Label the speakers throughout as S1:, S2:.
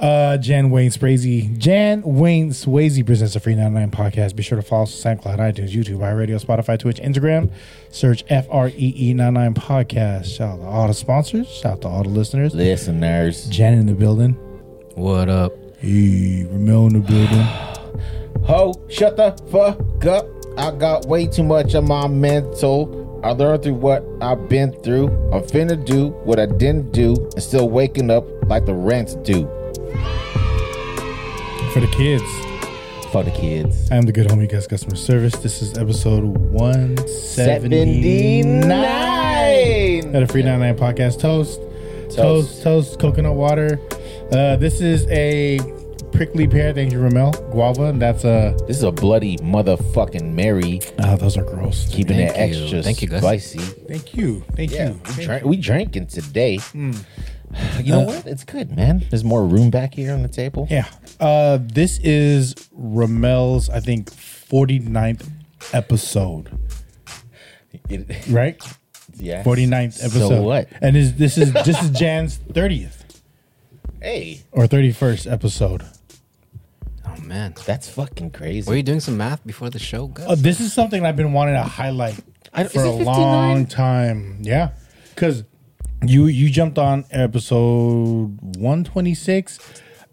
S1: Uh, Jan Wayne Swayze. Jan Wayne Swayze presents the Free 99 podcast. Be sure to follow us on SoundCloud, iTunes, YouTube, iRadio, Spotify, Twitch, Instagram. Search E FREE99 podcast. Shout out to all the sponsors. Shout out to all the listeners.
S2: Listeners,
S1: Jan in the building.
S3: What up?
S1: Hey, Ramil in the building.
S2: ho, shut the fuck up. I got way too much of my mental. I learned through what I've been through. I'm finna do what I didn't do, and still waking up like the rents do.
S1: For the kids,
S2: For the kids.
S1: I am the good homie guest customer service. This is episode 179
S2: Seventy-nine.
S1: at a Free 99 podcast. Toast, toast, toast, coconut water. Uh, this is a prickly pear. Thank you, Ramel. Guava. and That's a.
S2: This is a bloody motherfucking Mary.
S1: Ah, those are gross.
S2: Keeping
S3: Thank
S2: it
S3: you.
S2: extra
S3: Thank you, Gus.
S2: spicy.
S1: Thank you. Thank
S2: Yeah,
S1: you.
S2: we, drink, we drinking today.
S3: Hmm.
S2: You
S3: Uh,
S2: know what? It's good, man. There's more room back here on the table.
S1: Yeah. Uh, this is Ramel's, I think, 49th episode,
S2: It-
S1: right?
S2: yeah.
S1: 49th episode.
S2: So what?
S1: And is, this is this is Jan's 30th
S2: Hey,
S1: or 31st episode.
S3: Oh man,
S2: that's fucking crazy.
S3: were you doing some math before the show?
S1: Uh,
S3: Gus?
S1: this is something I've been wanting to highlight
S2: I-
S1: for
S2: is
S1: a
S2: it 59?
S1: long time. Yeah, because you you jumped on episode one twenty six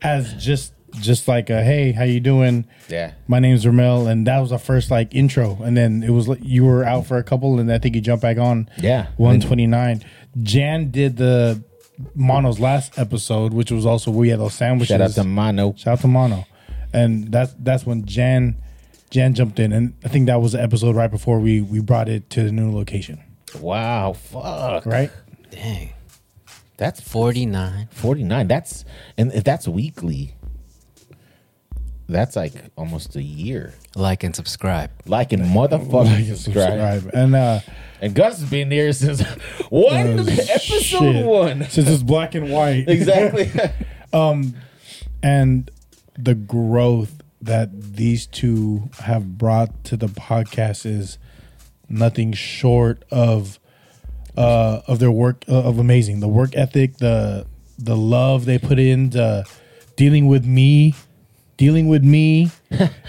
S1: as just just like a hey how you doing
S2: Yeah.
S1: my name's Ramel and that was the first like intro and then it was like you were out for a couple and I think you jumped back on
S2: Yeah.
S1: one twenty nine Jan did the Mono's last episode which was also we had those sandwiches
S2: Shout out to Mono.
S1: Shout out to Mono. And that's that's when Jan Jan jumped in and I think that was the episode right before we we brought it to the new location.
S2: Wow, fuck.
S1: Right?
S3: Dang,
S2: That's
S3: forty nine.
S2: 49. That's and if that's weekly. That's like almost a year.
S3: Like and subscribe.
S2: Like in
S1: oh,
S2: motherfucking subscribe.
S1: Subscribe. And uh
S2: And Gus has been there since one
S1: uh,
S2: episode
S1: shit.
S2: one.
S1: Since it's black and white.
S2: Exactly.
S1: and the growth that these two have brought to the podcast is nothing short of uh of their work uh, of amazing the work ethic the the love they put in the dealing with me dealing with me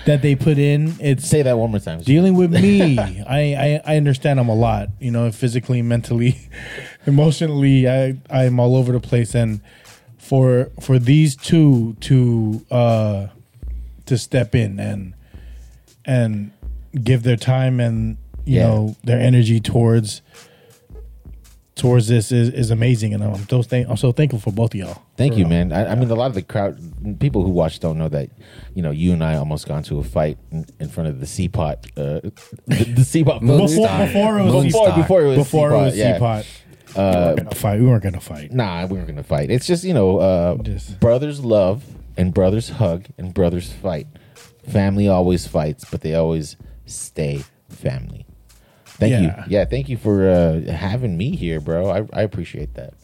S1: that they put in it's
S2: Say that one more time.
S1: dealing with me I, I i understand i'm a lot you know physically mentally emotionally i i'm all over the place and for for these two to uh to step in and and give their time and you
S2: Yeah.
S1: know their energy towards towards this is, is amazing and i'm so thank i'm so thankful for both of y'all
S2: Thank
S1: For
S2: you,
S1: real.
S2: man. I, I mean, a lot of the crowd, people who watch, don't know that. You know, you and I almost got into a fight in, in front of the Seapot, uh, the, the Seapot booth.
S1: before, before it was
S2: Before, before it was
S1: before it was
S2: yeah. Uh,
S1: Seapot, we weren't gonna fight we weren't gonna fight
S2: Nah, we weren't gonna fight. It's just you know, uh,
S1: Just-
S2: brothers love and brothers hug and brothers fight. Family always fights, but they always stay family. Thank
S1: Yeah.
S2: you. Yeah, thank you for uh, having me here, bro. I, I appreciate that.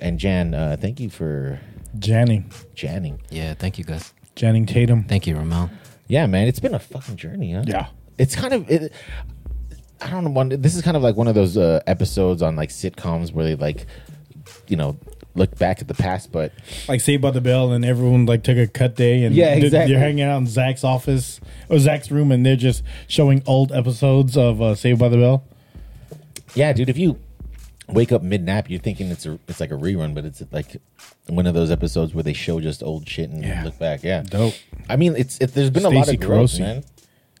S2: And Jan, uh, thank you for
S1: Janning,
S2: Janning.
S3: Yeah, thank you, Gus.
S1: Janning Tatum.
S3: Thank you, Ramel.
S2: Yeah, man, it's been a fucking journey, huh?
S1: Yeah.
S2: it's kind of it, I don't know. One, this is kind of like one of those uh, episodes on like sitcoms where they like, you know, look back at the past, but
S1: Like Saved by the Bell, and everyone like took a cut day, and
S2: Yeah,
S1: th-
S2: exactly.
S1: they're hanging out in Zach's office or Zach's room, and they're just showing old episodes of uh, Saved by the Bell.
S2: Yeah, dude, if you wake up mid nap, you're thinking it's a it's like a rerun, but it's like one of those episodes where they show just old shit and
S1: Yeah.
S2: look back. Yeah,
S1: Dope.
S2: I mean, it's it, there's been a lot
S1: Stacey
S2: of growth,
S1: Carosi.
S2: man.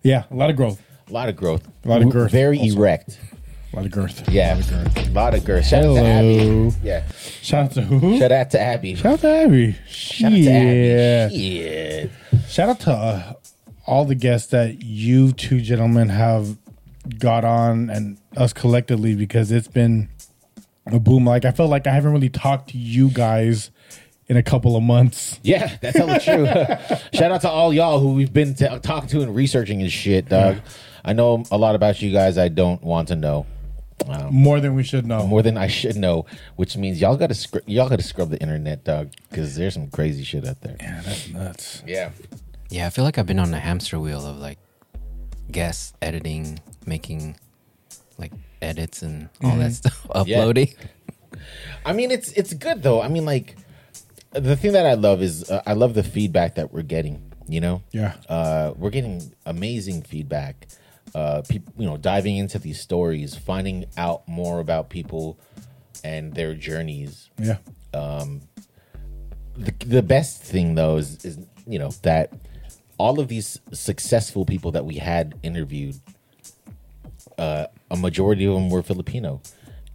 S1: Yeah, a lot of growth,
S2: A lot of growth.
S1: A lot of girth
S2: Very
S1: also.
S2: erect.
S1: a lot of girth. a
S2: Yeah,
S1: lot of girth.
S2: a lot of girth. Shout out to
S1: Hello.
S2: Abby. Yeah,
S1: Shout out to who?
S2: shout out to Abby.
S1: Shout out to Abby.
S2: Shout out to
S1: Yeah.
S2: Abby. Shit.
S1: Shout out to uh, all the guests that you two gentlemen have got on and us collectively because it's been a boom. Like, I felt like I haven't really talked to you guys in a couple of months.
S2: Yeah, that's hella true. Shout out to all y'all who we've been t- talking to and researching and shit, dog. I know a lot about you guys. I don't want to know. Um,
S1: More than we should know.
S2: more than I should know, which means y'all got to scr- y'all got to scrub the internet, dog, because there's some crazy shit out there.
S1: Yeah, that's nuts.
S2: Yeah,
S3: Yeah, I feel like I've been on a hamster wheel of like guests, editing, making like edits
S1: Mm-hmm.
S3: and all that stuff, uploading.
S2: I mean it's it's good though. I mean like the thing that I love is uh, I love the feedback that we're getting. You know,
S1: Yeah.
S2: uh, we're getting amazing feedback. Uh, people, you know, diving into these stories, finding out more about people and their journeys.
S1: Yeah.
S2: The, the best thing though is, is you know that all of these successful people that we had interviewed, uh, a majority of them were Filipino,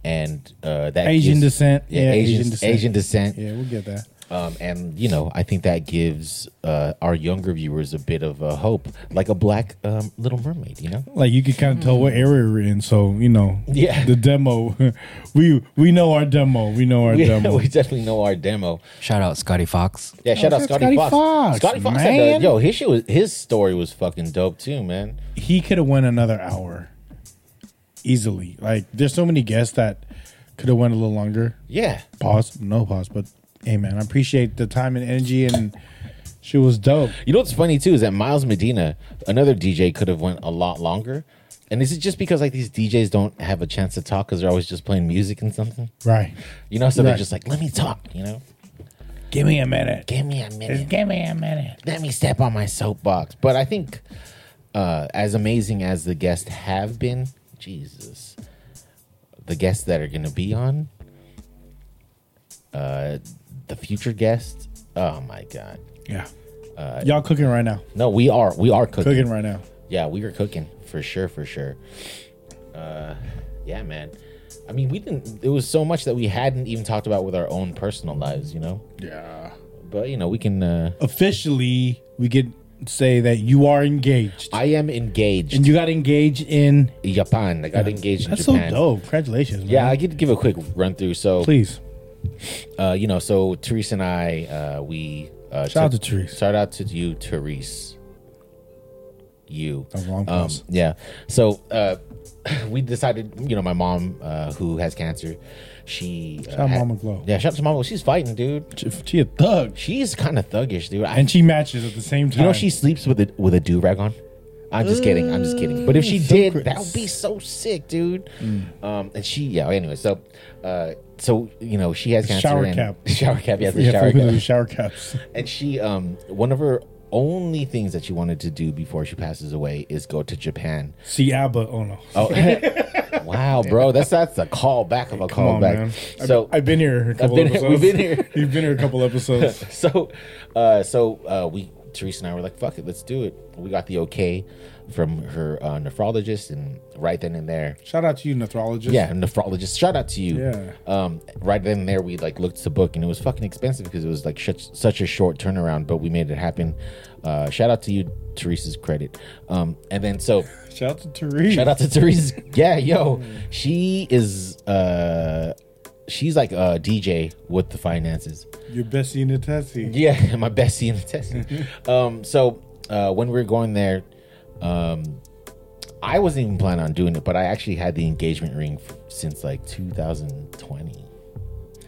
S2: and uh, that
S1: Asian
S2: gives-
S1: descent.
S2: Yeah,
S1: Yeah,
S2: Asian,
S1: Asian descent.
S2: Asian descent.
S1: Yeah, we'll get that.
S2: Um, and you know, I think that gives uh, our younger viewers a bit of a hope, like a black um, Little Mermaid. You know,
S1: Like you can kind of tell what area we're in, so you know.
S2: Yeah.
S1: The demo, we we know our demo. We know our
S2: we,
S1: demo. Oh,
S2: we definitely know our demo.
S3: Shout out Scotty Fox.
S2: Yeah, shout out
S1: that's
S2: Scotty
S1: Scotty
S2: Fox.
S1: Fox,
S2: Scotty Fox, had
S1: man.
S2: the, yo, his shit was, his story was fucking dope too, man.
S1: he could have went another hour easily. Like there's so many guests that could have went a little longer.
S2: Yeah,
S1: Pause, no pause, but hey man, I appreciate the time and energy and she was dope.
S2: you know what's funny too is that Miles Medina, another DJ, could have went a lot longer. And is it just because like these DJs don't have a chance to talk because they're always just playing music and something?
S1: Right.
S2: You know, so they're
S1: Right.
S2: just like, let me talk. You know,
S1: Give me a minute.
S2: give me a minute.
S1: Give me a minute.
S2: let me step on my soapbox. But I think, uh, as amazing as the guests have been, Jesus, the guests that are going to be on, uh, the future guests. Oh my God!
S1: Yeah. Y'all cooking right now.
S2: No, we are we are cooking.
S1: Cooking right now.
S2: Yeah, we are cooking for sure, for sure. Uh, yeah, man. I mean, we didn't. It was so much that we hadn't even talked about with our own personal lives, you know.
S1: Yeah.
S2: But you know, we can. Uh,
S1: Officially, we could say that you are engaged.
S2: I am engaged
S1: and you got engaged in
S2: in Japan. I got engaged in
S1: That's so
S2: Japan.
S1: dope. Congratulations, man.
S2: Yeah, I could give a quick run through. So,
S1: Please.
S2: uh, you know, so Teresa and I, uh, we uh,
S1: Shout
S2: took-
S1: out to Therese.
S2: Shout out to you, Therese. You.
S1: That was a long
S2: Um,
S1: pause.
S2: yeah. So uh, we decided, you know, my mom, uh, who has cancer, she. uh,
S1: out
S2: had-
S1: Mama Glow.
S2: Yeah, shout out to Mama. She's fighting, dude.
S1: She, she a thug.
S2: She's kind of thuggish, dude. I,
S1: And she matches at the same time.
S2: you know, she sleeps with a with a do rag on. I'm just kidding. I'm just kidding. But if she
S1: Mm. so
S2: did,
S1: gross. Mm.
S2: that would be so sick, dude. Um, and she, yeah. Anyway, so, uh, so you know, she has cancer
S1: Shower
S2: and-
S1: cap.
S2: shower cap. Yeah, the
S1: yeah,
S2: shower
S1: fuck with
S2: cap.
S1: those shower caps.
S2: And she, um, one of her only things that she wanted to do before she passes away is go to Japan.
S1: See ABBA. Oh no.
S2: Oh, wow, bro, that's that's a callback of a
S1: Come on, man.
S2: callback. So
S1: I've, I've been here a couple
S2: been-
S1: episodes.
S2: we've been here.
S1: You've been here a couple episodes.
S2: so uh so uh we teresa and i were like fuck it let's do it we got the okay from her uh, nephrologist and right then and there
S1: Shout out to you, nephrologist.
S2: yeah nephrologist shout out to you
S1: Yeah.
S2: um right then and there we like looked to book and it was fucking expensive because it was like such such a short turnaround but we made it happen uh shout out to you teresa's credit um and then so
S1: Shout out to Therese.
S2: Shout out to Therese. Yeah, yo, she is. uh She's like a DJ with the finances.
S1: Your bestie in the testy.
S2: Yeah, my bestie in the test. um, so uh, when we were going there, um, I wasn't even planning on doing it, but I actually had the engagement ring f- since like 2020.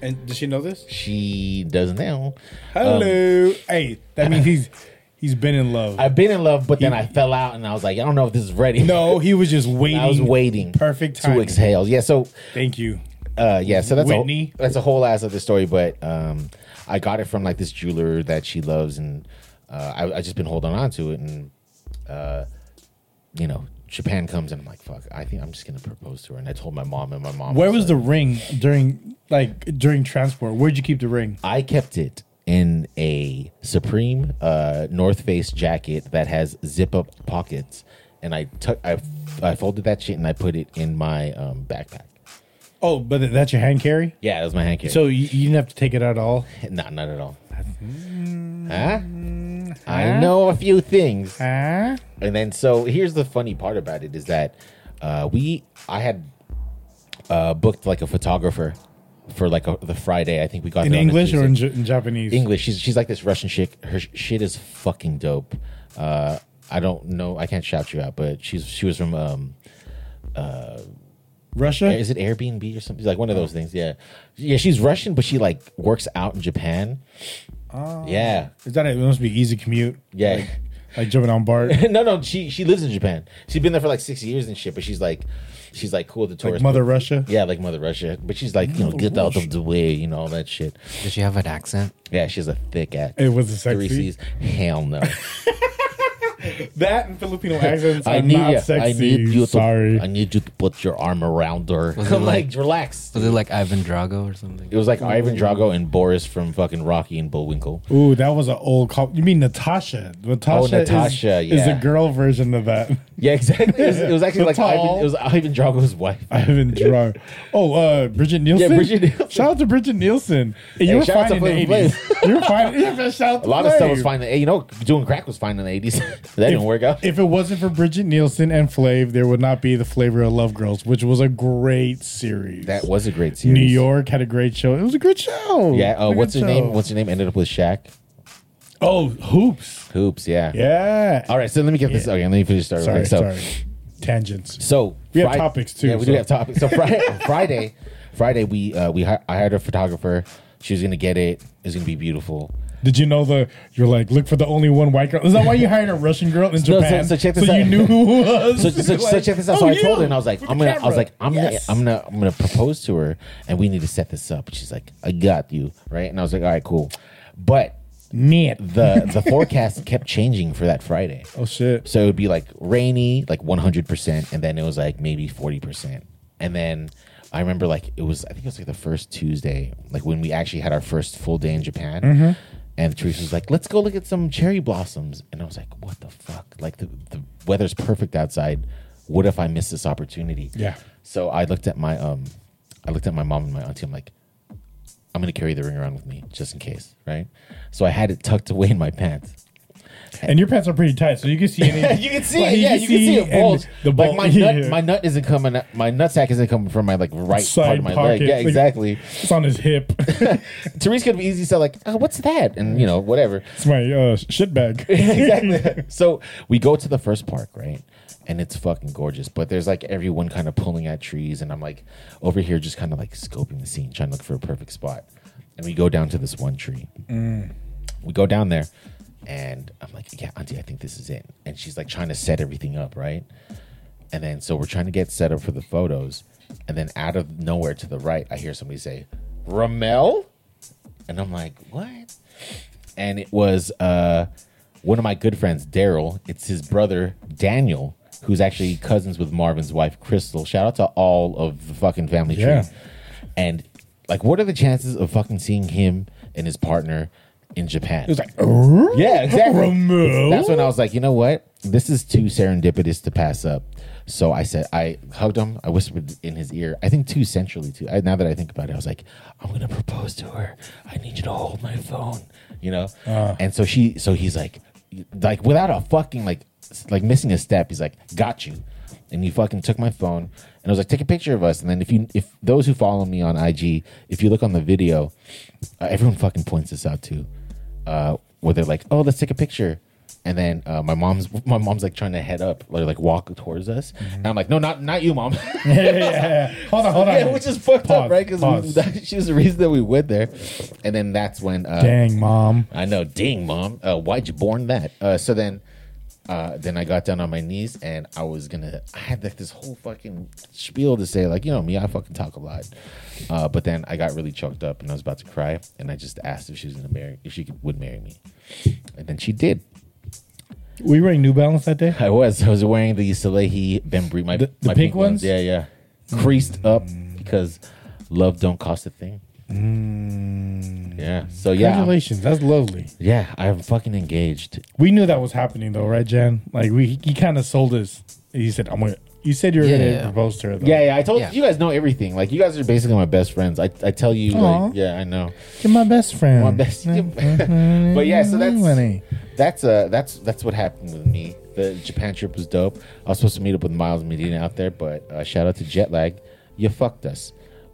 S1: And does she know this?
S2: She doesn't now.
S1: Um, Hello. hey, that means he's he's been in love.
S2: I've been in love, but then I fell out, and I was like, I don't know if this is ready.
S1: no, he was just waiting.
S2: I was waiting.
S1: Perfect
S2: to
S1: time.
S2: exhale. Yeah, so
S1: Thank you.
S2: uh yeah so that's
S1: Whitney.
S2: a that's a whole ass other story but um i got it from like this jeweler that she loves and uh i, I just been holding on to it and uh you know japan comes and i'm like fuck i think i'm just gonna propose to her and i told my mom and my mom
S1: Where was
S2: like-
S1: the ring during like during transport? Where'd you keep the ring?
S2: i kept it in a supreme uh north face jacket that has zip up pockets and i took i i folded that shit and i put it in my um backpack
S1: Oh, but that's your hand carry.
S2: yeah that was my hand carry
S1: So you, you didn't have to take it out at all.
S2: No, not at all.
S1: Hmm.
S2: Huh? I know a few things.
S1: Huh?
S2: And then, so here's the funny part about it is that uh, we, I had uh, booked like a photographer for like a, the Friday. I think we got
S1: In
S2: there on a
S1: English or
S2: Tuesday.
S1: in, J- in Japanese?
S2: English. She's she's like this Russian chick. Her sh- shit is fucking dope. Uh, I don't know. I can't shout you out, but she's she was from um,
S1: Russia.
S2: is it Airbnb or something? Like one of those things. Yeah, yeah. She's Russian, but she like works out in Japan. yeah,
S1: Is that it? It must be easy commute.
S2: Yeah.
S1: Oh. like jumping on Bart.
S2: no, no, she she lives in Japan. She's been there for like six years and shit. But she's like, she's like cool with the
S1: Like
S2: tourists.
S1: Mother Russia.
S2: yeah, like Mother Russia. But she's like, you know, get out of the way, you know, all that shit.
S3: Does she have an accent?
S2: Yeah, she's a thick ass.
S1: It was a
S2: Three
S1: sexy.
S2: C's. Hell no.
S1: That and Filipino accents are
S2: I need
S1: not
S2: ya.
S1: sexy.
S2: I need you. To,
S1: Sorry.
S2: I need you to put your arm around her.
S3: Was it
S2: I'm like,
S3: like-
S2: relax.
S3: Was it like Ivan Drago or something?
S2: It was like Ivan Drago and Boris from fucking Rocky and Bullwinkle.
S1: Ooh, that was an old call. You mean Natasha? Natasha,
S2: Oh, Natasha,
S1: is, is
S2: yeah.
S1: the girl version of that.
S2: Yeah, exactly. It was, it was actually like
S1: Tall.
S2: Ivan, it was Ivan Drago's wife.
S1: I haven't drawn. Oh, uh, Bridget Nielsen.
S2: Bridget Nielsen.
S1: Shout out to Bridget Nielsen. And you
S2: Hey,
S1: were
S2: shout out
S1: fine
S2: to
S1: in the
S2: Flavor
S1: eighties. You were fine. Yeah, man, shout out to
S2: A lot of stuff was
S1: Flav.
S2: fine. in the- You know, doing crack was fine in the eighties. that didn't work out.
S1: If it wasn't for Bridget Nielsen and Flav, there would not be the flavor of Love Girls, which was a great series.
S2: That was a great series.
S1: New York had a great show. It was a good show.
S2: Yeah.
S1: It
S2: Uh,
S1: was a
S2: what's her
S1: good show.
S2: name? What's her name? Ended up with Shaq.
S1: oh hoops?
S2: Hoops. Yeah.
S1: Yeah.
S2: All right. So let me get this. Okay. Let me finish. Starting
S1: Sorry,
S2: like, so,
S1: sorry. Tangents.
S2: So
S1: We have topics, too,
S2: Yeah, we
S1: so-
S2: do have topics. So Friday, Friday, Friday, we uh, we hi- I hired a photographer. She was gonna get it. It was gonna be beautiful.
S1: Did you know the? You're like, look for the only one white girl. Is that why you hired a Russian girl in
S2: so-
S1: Japan?
S2: so check this out.
S1: you knew who it was.
S2: So, so, so
S1: Like,
S2: check this out. So
S1: "Oh,
S2: I told her,
S1: you,
S2: and I was like,
S1: with
S2: I'm
S1: the
S2: gonna, I was
S1: camera."
S2: like, I'm
S1: Yes.
S2: gonna, I'm gonna, I'm gonna propose to her, and we need to set this up. She's like, I got you, right? And I was like, all right, cool. But
S1: Нет.
S2: the the forecast kept changing for that Friday.
S1: Oh shit.
S2: So it would be like rainy, like 100%, and then it was like maybe 40%. And then I remember like it was, I think it was like the first Tuesday, like when we actually had our first full day in Japan. And Teresa was like, let's go look at some cherry blossoms. And I was like, what the fuck? Like the, the weather's perfect outside. What if I miss this opportunity?
S1: Yeah.
S2: So I looked at my um, I looked at my mom and my auntie. I'm like, I'm gonna carry the ring around with me just in case, right? So I had it tucked away in my pants.
S1: And your pants are pretty tight, so you can see
S2: Yeah,
S1: any.
S2: you can see
S1: Like,
S2: it. Yeah, you can see it
S1: and
S2: bulge.
S1: The bulge.
S2: Like my
S1: yeah.
S2: nut, my nut isn't coming. out- My nutsack isn't coming from my like right part
S1: Side
S2: of my
S1: pocket.
S2: leg. Yeah,
S1: Like-
S2: exactly.
S1: It's on his hip.
S2: Therese could be easy so like, oh, what's that? And you know, whatever.
S1: It's my uh, shit bag.
S2: exactly. So we go to the first park, right? And it's fucking gorgeous. But there's like everyone kind of pulling at trees, and I'm like over here just kind of like scoping the scene, trying to look for a perfect spot. And we go down to this one tree.
S1: Mm.
S2: We go down there, and I'm like, yeah, Auntie, I think this is it. And she's like trying to set everything up, right? And then so we're trying to get set up for the photos. And then out of nowhere to the right, I hear somebody say, Ramel? And I'm like, what? And it was uh, one of my good friends, Daryl. It's his brother, Daniel, who's actually cousins with Marvin's wife, Crystal. Shout out to all of the fucking family tree.
S1: Yeah.
S2: And like, what are the chances of fucking seeing him and his partner in Japan?
S1: It's like, "Arr?"
S2: yeah, exactly.
S1: Ramel?
S2: That's when I was like, you know what? This is too serendipitous to pass up. So I said, I hugged him. I whispered in his ear. I think too centrally too. I, now that I think about it, I was like, I'm gonna propose to her. I need you to hold my phone. You know. and so she, so he's like, like without a fucking like, s- like missing a step. He's like, got you. And he fucking took my phone and I was like, take a picture of us. And then if you, if those who follow me on IG, if you look on the video, uh, everyone fucking points this out too uh, where they're like, "Oh, let's take a picture," and then uh, my mom's my mom's like trying to head up, or like walk towards us,
S1: Mm-hmm.
S2: and I'm like, "No, not not you, mom."
S1: yeah, yeah, yeah. Hold on, hold on.
S2: yeah, which is fucked
S1: Pause,
S2: up, right? Because
S1: pause.
S2: that she was the reason that we went there, and then that's when uh,
S1: Dang, mom.
S2: I know, ding, mom, uh, why'd you born that? Uh, so then. Uh, then I got down on my knees and I was gonna. I had like this whole fucking spiel to say, like you know me, I fucking talk a lot. Uh, but then I got really choked up and I was about to cry, and I just asked if she was gonna marry, if she could, would marry me, and then she did.
S1: Were you wearing New Balance that day?
S2: I was. I was wearing the Salehi Bembry. My,
S1: the
S2: my
S1: pink ones?
S2: Yeah, yeah. Creased up because love don't cost a thing. Yeah. So yeah. I'm-
S1: Mm. Congratulations, that's lovely.
S2: Yeah, I'm fucking engaged.
S1: We knew that was happening though, right, Jan? Like we, he kind of sold us. He said, "I'm gonna." You said you were
S3: Yeah.
S1: gonna propose to her. Though.
S2: Yeah, yeah. I told
S3: Yeah.
S2: you guys know everything. Like you guys are basically my best friends. I, I tell you.
S1: Aw.
S2: Like, yeah, I know.
S1: you're my best friend.
S2: My best. but yeah, so that's
S1: Honey.
S2: that's uh that's that's what happened with me. The Japan trip was dope. I was supposed to meet up with Miles Medina out there, but uh, shout out to Jet Lag, you fucked us.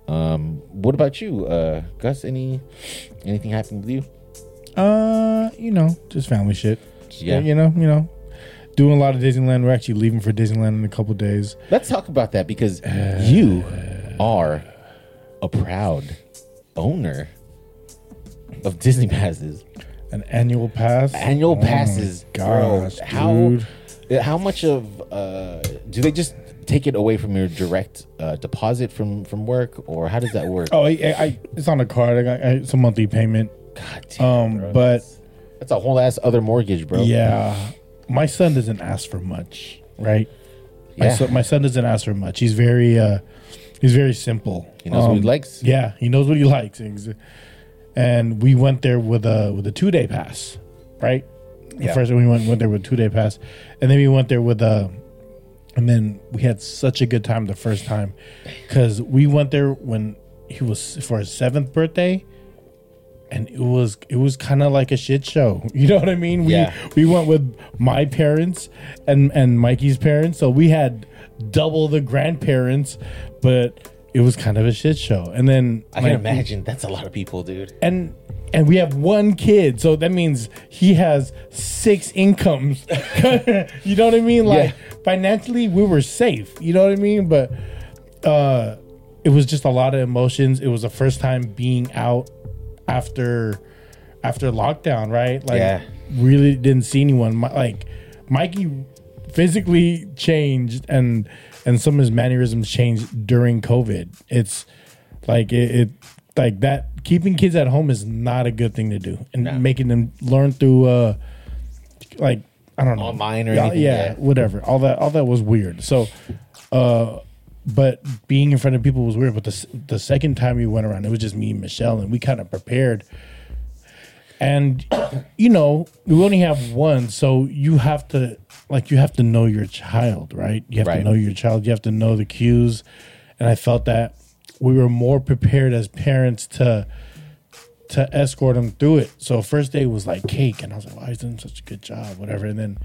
S2: Um, what about you, uh, Gus? Any anything happened with you?
S1: Uh, you know, just family shit. Just,
S2: Yeah.
S1: you know, you know, doing a lot of Disneyland. We're actually leaving for Disneyland in a couple days.
S2: Let's talk about that because you are a proud owner of Disney passes.
S1: An annual pass.
S2: Annual
S1: Oh my
S2: passes,
S1: Gosh,
S2: bro. How
S1: dude.
S2: yeah, how much of uh, do they just take it away from your direct uh, deposit from from work, or how does that work?
S1: Oh, I, I, I, it's on a card. I got, I, it's a monthly payment.
S2: God
S1: Um,
S2: bro.
S1: but
S2: that's a whole ass other mortgage, bro.
S1: yeah, my son doesn't ask for much, right? My,
S2: Yeah.
S1: son, my son doesn't ask for much. He's very, uh, he's very simple.
S2: He knows what he likes.
S1: um, Yeah, he knows what he likes. Ex- And we went there with a with a two day pass, right? The
S2: Yeah.
S1: First, we went went there with two day pass, and then we went there with a, and then we had such a good time the first time, because we went there when he was for his seventh birthday, and it was it was kind of like a shit show. You know what I mean? We
S2: Yeah.
S1: we went with my parents and and Mikey's parents, so we had double the grandparents, but it was kind of a shit show. And then
S2: I can imagine that's a lot of people, dude.
S1: and and we have one kid, so that means he has six incomes. you know what I mean? Like financially, we were safe. You know what I mean? But uh, it was just a lot of emotions. It was the first time being out after after lockdown, right? Like
S2: Yeah.
S1: really didn't see anyone. My, like Mikey physically changed, and and some of his mannerisms changed during COVID. It's like it, it like that keeping kids at home is not a good thing to do and
S2: No.
S1: making them learn through uh like i don't know
S2: Online or
S1: yeah,
S2: anything,
S1: yeah,
S2: yeah.
S1: whatever all that all that was weird so uh but being in front of people was weird but the s- the second time we went around it was just me and michelle and we kind of prepared and you know we only have one so you have to like you have to know your child right you have to
S2: Right.
S1: know your child you have to know the cues and i felt that we were more prepared as parents to to escort him through it so first day was like cake and i was like why he's doing such a good job whatever and then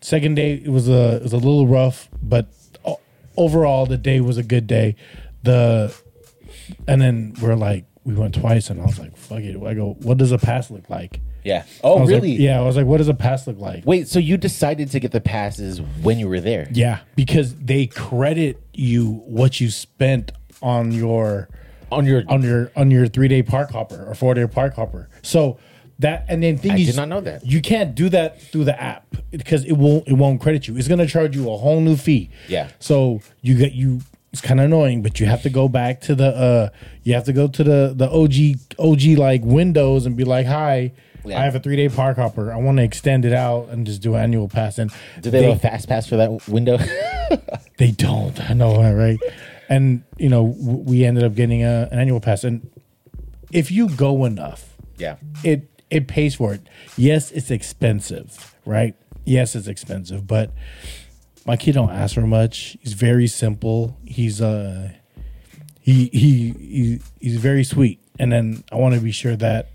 S1: second day it was a it was a little rough but o- overall the day was a good day the and then we're like, we went twice, and I was like, fuck it. I go, what does a pass look like?
S2: Yeah.
S1: I
S2: Oh,
S1: was
S2: really?
S1: Like, yeah, I was like, what does a pass look like?
S2: Wait, so you decided to get the passes when you were there?
S1: Yeah, because they credit you what you spent on your
S2: On your,
S1: on your on your three day park hopper or four day park hopper. So that and then thing
S2: I
S1: is,
S2: did not know that.
S1: you can't do that through the app because it won't it won't credit you. It's gonna charge you a whole new fee.
S2: Yeah.
S1: So you get you. It's kind of annoying, but you have to go back to the uh you have to go to the the OG OG like windows and be like, hi.
S2: Yeah.
S1: I have a three day park hopper. I want to extend it out and just do annual pass. And
S2: did they, have a fast pass for that window?
S1: they don't. I know, right? and you know, w- we ended up getting a, an annual pass. And if you go enough,
S2: yeah.
S1: it it pays for it. Yes, it's expensive, right? Yes, it's expensive, but my kid don't ask for much. He's very simple. He's uh he he, he he's very sweet. And then I want to be sure that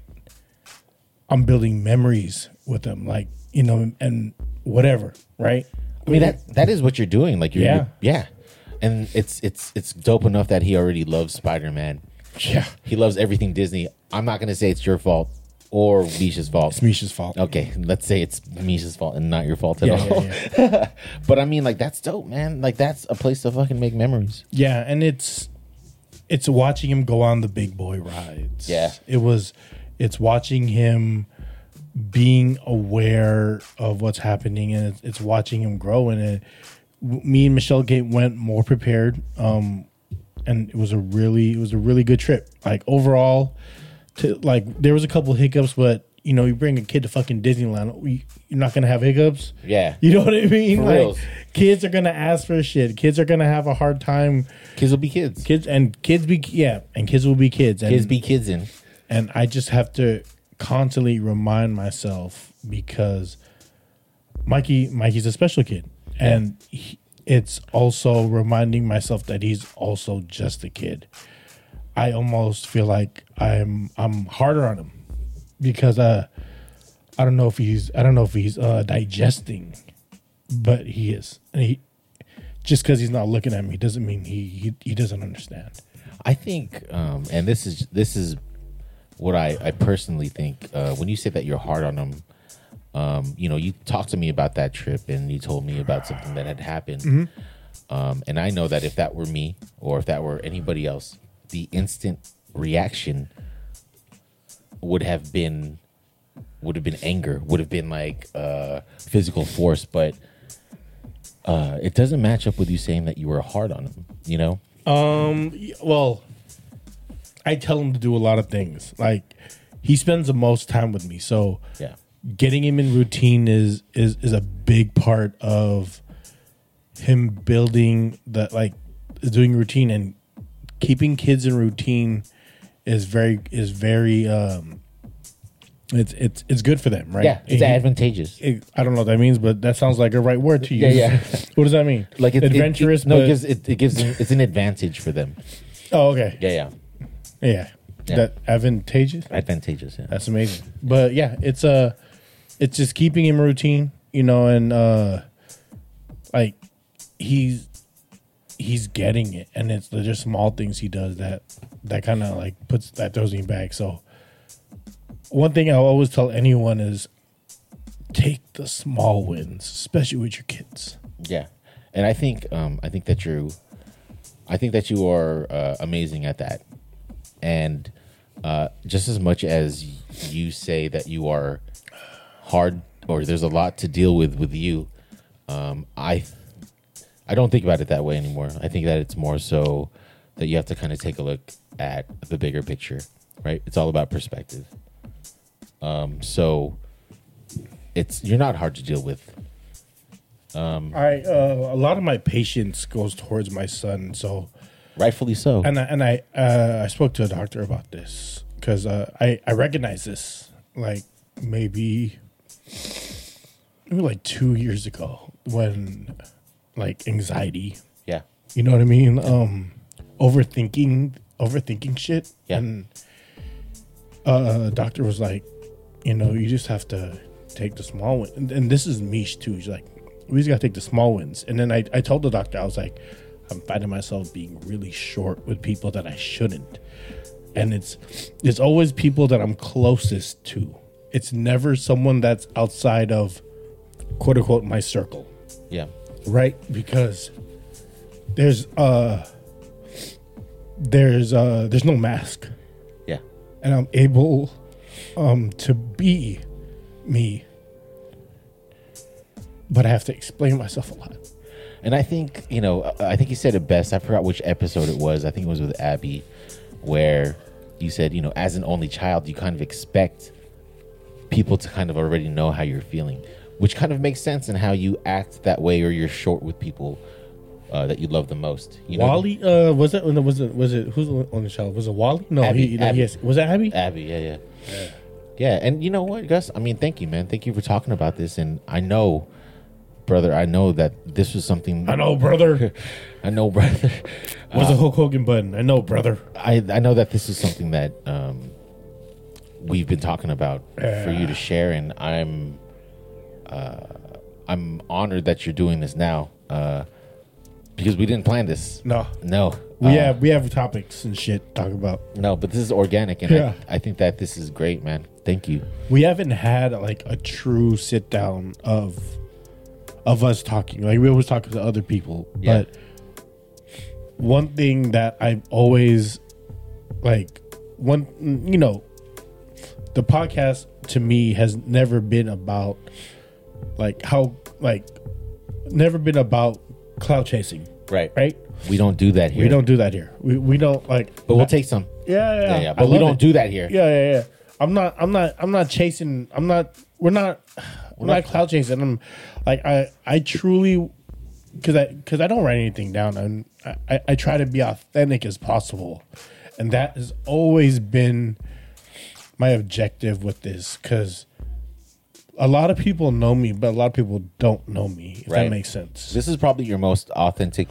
S1: I'm building memories with him, like you know, and whatever, right?
S2: I mean that that is what you're doing. Like you're,
S1: Yeah.
S2: yeah. And it's it's it's dope enough that he already loves Spider Man.
S1: Yeah,
S2: He loves everything Disney. I'm not gonna say it's your fault or Misha's fault.
S1: it's Misha's fault.
S2: Okay, let's say it's Misha's fault and not your fault at
S1: Yeah,
S2: all.
S1: yeah,
S2: but I mean, like that's dope, man. Like that's a place to fucking make memories.
S1: Yeah, and it's it's watching him go on the big boy rides.
S2: Yeah.
S1: It was it's watching him being aware of what's happening and it's, it's watching him grow and it w- me and Michelle Gate went more prepared um and it was a really it was a really good trip. Like overall to like there was a couple hiccups but you know, you bring a kid to fucking Disneyland, you- you're not gonna have hiccups.
S2: Yeah.
S1: you know what I mean.
S2: For
S1: like,
S2: reals.
S1: kids are gonna ask for shit. Kids are gonna have a hard time
S2: Kids will be kids.
S1: kids and kids be yeah and kids will be kids and
S2: Kids be kids in.
S1: and i just have to constantly remind myself because mikey mikey's a special kid and he, it's also reminding myself that he's also just a kid i almost feel like i'm i'm harder on him because uh i don't know if he's i don't know if he's uh digesting but he is and he just because he's not looking at me doesn't mean he he, he doesn't understand
S2: I think, um, and this is this is what I, I personally think. Uh, when you say that you're hard on them, um, you know, you talked to me about that trip, and you told me about something that had happened. Um, and I know that if that were me, or if that were anybody else, the instant reaction would have been would have been anger, would have been like uh, physical force, but uh, it doesn't match up with you saying that you were hard on him. You know,
S1: Um. Well, I tell him to do a lot of things. Like he spends the most time with me, so
S2: yeah,
S1: getting him in routine is is is a big part of him building that like doing routine and keeping kids in routine is very is very um it's it's it's good for them right
S2: yeah, it's
S1: And he-
S2: advantageous.
S1: it- I don't know what that means, but that sounds like a right word to use.
S2: yeah.
S1: what does that mean?
S2: Like it's it-
S1: adventurous.
S2: It, no,
S1: but-
S2: it gives it, it gives them, it's an advantage for them.
S1: oh, okay.
S2: Yeah, yeah,
S1: Yeah.
S2: Yeah.
S1: That advantageous.
S2: advantageous. Yeah,
S1: That's amazing. But yeah, it's uh it's just keeping him routine, you know, and uh like he's he's getting it and it's the just small things he does that that kind of like puts that throws me back. So one thing I always tell anyone is take the small wins, especially with your kids.
S2: yeah, and I think um, I think that you, I think that you are uh, amazing at that, and uh, just as much as you say that you are hard or there's a lot to deal with with you, um, I I don't think about it that way anymore. I think that it's more so that you have to kind of take a look at the bigger picture, right? It's all about perspective. Um, so it's you're not hard to deal with.
S1: I uh, a lot of my patience goes towards my son, so
S2: Rightfully so.
S1: and I, and I uh, I spoke to a doctor about this because uh, I I recognize this like maybe maybe like two years ago when like anxiety,
S2: yeah.
S1: you know what I mean? Um, overthinking, overthinking shit,
S2: Yeah.
S1: and uh, the doctor was like, you know, you just have to take the small win. And, and this is Mish too. He's like, we just got to take the small wins. And then I, I told the doctor, I was like, I'm finding myself being really short with people that I shouldn't. And it's it's always people that I'm closest to. It's never someone that's outside of quote unquote my circle
S2: Yeah.
S1: right because there's uh there's uh there's no mask
S2: Yeah.
S1: and i'm able um to be me but i have to explain myself a lot
S2: And I think, you know, I- I think you said it best. I forgot which episode it was. I think it was with Abby, where you said, you know, as an only child, you kind of expect people to kind of already know how you're feeling, which kind of makes sense in how you act that way or you're short with people uh, that you love the most. You know?
S1: wally uh was it no, was it was it who's the only child was it wally no
S2: Abby,
S1: he, no,
S2: Abby.
S1: yes was that abby
S2: Abby, yeah, yeah. Yeah, and you know what, Gus? I mean, thank you, man. Thank you for talking about this. And I know, brother, I know that this was something.
S1: i know brother
S2: I know, brother.
S1: was a hulk hogan button i know brother
S2: I, I know that this is something that um, we've been talking about for you to share, and I'm uh, I'm honored that you're doing this now uh, because we didn't plan this.
S1: no
S2: no,
S1: we
S2: uh,
S1: have we have topics and shit to talk about
S2: no, but this is organic, and
S1: Yeah.
S2: I, I think that this is great, man. Thank you.
S1: we haven't had like a true sit down of of us talking like we always talk to other people
S2: Yeah.
S1: but one thing that i've always like one you know the podcast to me has never been about like how like never been about cloud chasing
S2: Right,
S1: right
S2: We don't do that here.
S1: we don't do that here we, we don't like
S2: but we'll take some.
S1: yeah yeah,
S2: Yeah,
S1: yeah,
S2: yeah.
S1: I
S2: But we
S1: love
S2: don't
S1: it.
S2: do that here.
S1: Yeah, yeah, yeah. I'm not. I'm not. I'm not chasing. I'm not. We're not. We're not cloud chasing. I'm like I. I truly, because I because I don't write anything down, and I, I I try to be authentic as possible, and that has always been my objective with this because. A lot of people know me, but a lot of people don't know me. If
S2: Right.
S1: that makes sense.
S2: This is probably your most authentic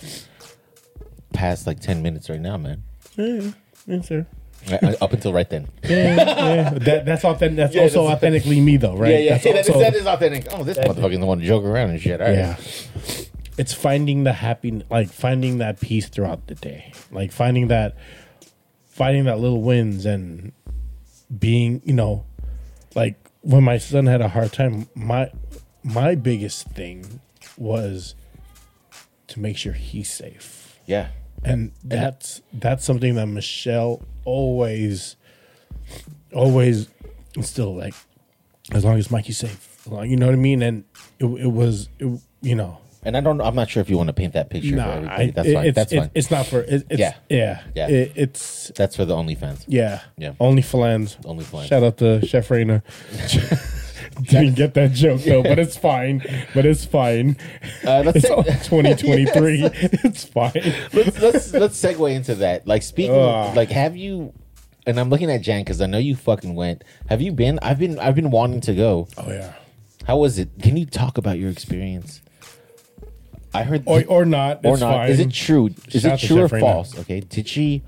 S2: past like ten minutes right now, man.
S1: Yeah, sir.
S2: Right, uh, Up until right then.
S1: Yeah, that, that's authentic. That's
S2: Yeah,
S1: also
S2: that's-
S1: authentically me, though, right?
S2: Yeah, yeah,
S1: That's
S2: yeah, that is-
S1: also-
S2: that is authentic. Oh, this motherfucker's the one to joke around and shit. All right.
S1: Yeah. It's finding the happy, like finding that peace throughout the day, like finding that, finding that little wins and being, you know, like when my son had a hard time, my, my biggest thing was to make sure he's safe
S2: yeah,
S1: and that's that's something that Michelle always always still like as long as Mikey's safe. Like, you know what I mean? And it, it was, it, you know,
S2: And I don't. I'm not sure if you want to paint that picture. for
S1: nah,
S2: everybody.
S1: I,
S2: that's
S1: it-
S2: fine.
S1: It's,
S2: that's
S1: it-
S2: fine.
S1: it's not for, it, it's, yeah,
S2: Yeah.
S1: yeah,
S2: Yeah.
S1: It, it's,
S2: that's for the OnlyFans.
S1: yeah,
S2: Yeah.
S1: Only flans.
S2: Only flans.
S1: Shout out to Chef Rainer. Didn't get that joke though, but it's fine. But it's fine.
S2: Uh, let's,
S1: It's
S2: seg-
S1: all 2023. It's fine.
S2: let's let's let's segue into that. Like speaking,
S1: Ugh.
S2: like have you? And I'm looking at Jan because I know you fucking went. Have you been? I've been. I've been wanting to go.
S1: Oh yeah.
S2: How was it? Can you talk about your experience? I heard
S1: Or or not.
S2: or
S1: it's
S2: not.
S1: Fine.
S2: Is it true? Is
S1: Shout out to
S2: it true or
S1: Chef Raina.
S2: false? Okay. Did she?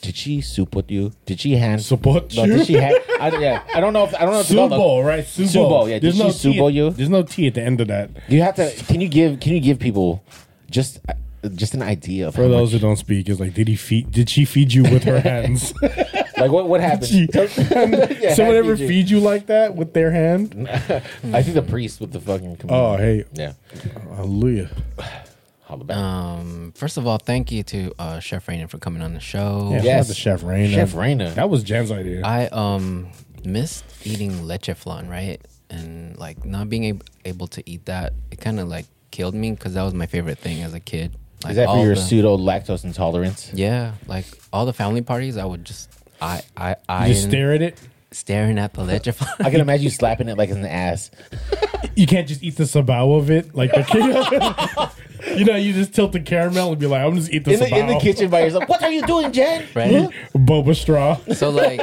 S2: Did she support you? Did she hand
S1: Support
S2: no,
S1: you?
S2: Did she hand, I, yeah, I don't know if I don't know if
S1: Subo,
S2: the Tagalog-
S1: right? Subo.
S2: Subo, yeah. Did
S1: There's
S2: she
S1: no T
S2: Subo
S1: at-
S2: you?
S1: There's no T at the end of that.
S2: You have to. Can you give? Can you give people just uh, just an idea of
S1: For
S2: how
S1: those who
S2: much,
S1: don't speak, it's like, did he feed? Did she feed you with her hands?
S2: like what what happened?
S1: She-
S2: Tell- Yeah,
S1: Someone
S2: how
S1: ever
S2: did you-
S1: feed you like that with their hand?
S2: I think the priest with the fucking.
S1: Oh, hey,
S2: yeah.
S1: hallelujah!
S2: Holla back.
S3: Um, first of all, thank you to uh, Chef Rainier for coming on the show.
S1: Yeah,
S2: Yes.
S1: yes. the chef Raina.
S2: Chef Raina.
S1: That was Jan's idea.
S3: I um missed eating leche flan, right? And like not being ab- able to eat that, it kind of like killed me because that was my favorite thing as a kid. Like,
S2: Is that for
S3: all
S2: your
S3: the-
S2: pseudo lactose intolerance?
S3: Yeah, like all the family parties, I would just I I I
S1: you just stare at it.
S3: staring at the leche flan.
S2: I can imagine you slapping it like in the ass.
S1: You can't just eat the sabao of it, like the you know. You just tilt the caramel and be like, "I'm just eat the
S2: In the, in the
S1: sabao.
S2: kitchen by yourself. What are you doing, Jen?
S3: Right?
S1: boba straw."
S3: So like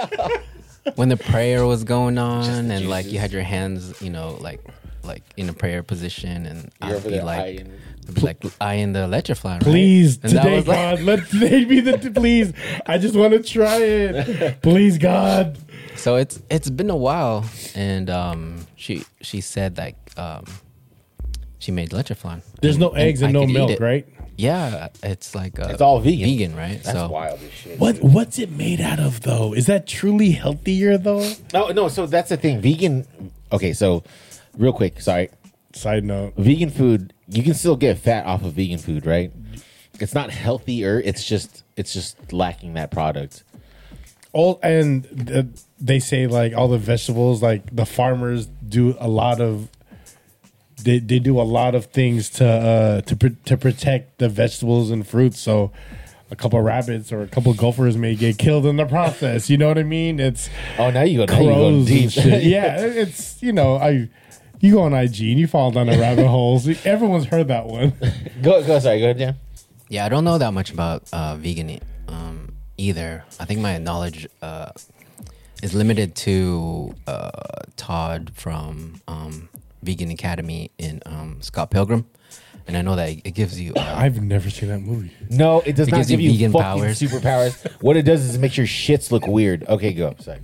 S3: when the prayer was going on and like you had your hands, you know, like like in a prayer position and
S2: You're
S3: I'd
S2: over
S3: be
S2: there
S3: like
S2: eyeing-
S3: I'd be like I in the leche flan, right?
S1: Please,
S3: And that
S1: today,
S3: was like,
S1: God, let today be the please. I just want to try it. Please, God.
S3: so it's it's been a while and um she she said like um she made leche flan.
S1: There's no eggs and,
S3: I
S1: no
S3: could eat
S1: milk,
S3: it.
S1: right?
S3: Yeah, it's like uh,
S2: It's all vegan.
S3: vegan, right?
S2: That's
S3: so
S2: wild as shit.
S1: What what's it made out of though? Is that truly healthier though?
S2: No, Oh, no. So that's the thing. Vegan. Okay, so real quick. Sorry.
S1: Side note.
S2: Vegan food. You can still get fat off of vegan food, right? It's not healthier. It's just it's just lacking that product.
S1: All and uh, they say like all the vegetables, like the farmers do a lot of. They, they do a lot of things to uh, to pr- to protect the vegetables and fruits. So, a couple rabbits or a couple gophers may get killed in the process. You know what I mean? It's
S2: Oh, now you go. Now you go
S1: crows
S2: deep.
S1: and shit. yeah, it- it's you know I you go on IG and you fall down the rabbit holes. Everyone's heard that one.
S2: go go. Sorry. Go ahead, Jan.
S3: Yeah, I don't know that much about uh, vegan um, either. I think my knowledge uh, is limited to uh, Todd from um, Vegan Academy in um, Scott Pilgrim, and I know that it gives you. Uh,
S1: I've never seen that movie.
S2: No, it does
S3: It
S2: not
S3: gives
S2: give
S3: you
S2: you,
S3: vegan
S2: fucking
S3: powers.
S2: superpowers. what it does is it makes your shits look weird. Okay, go. Sorry.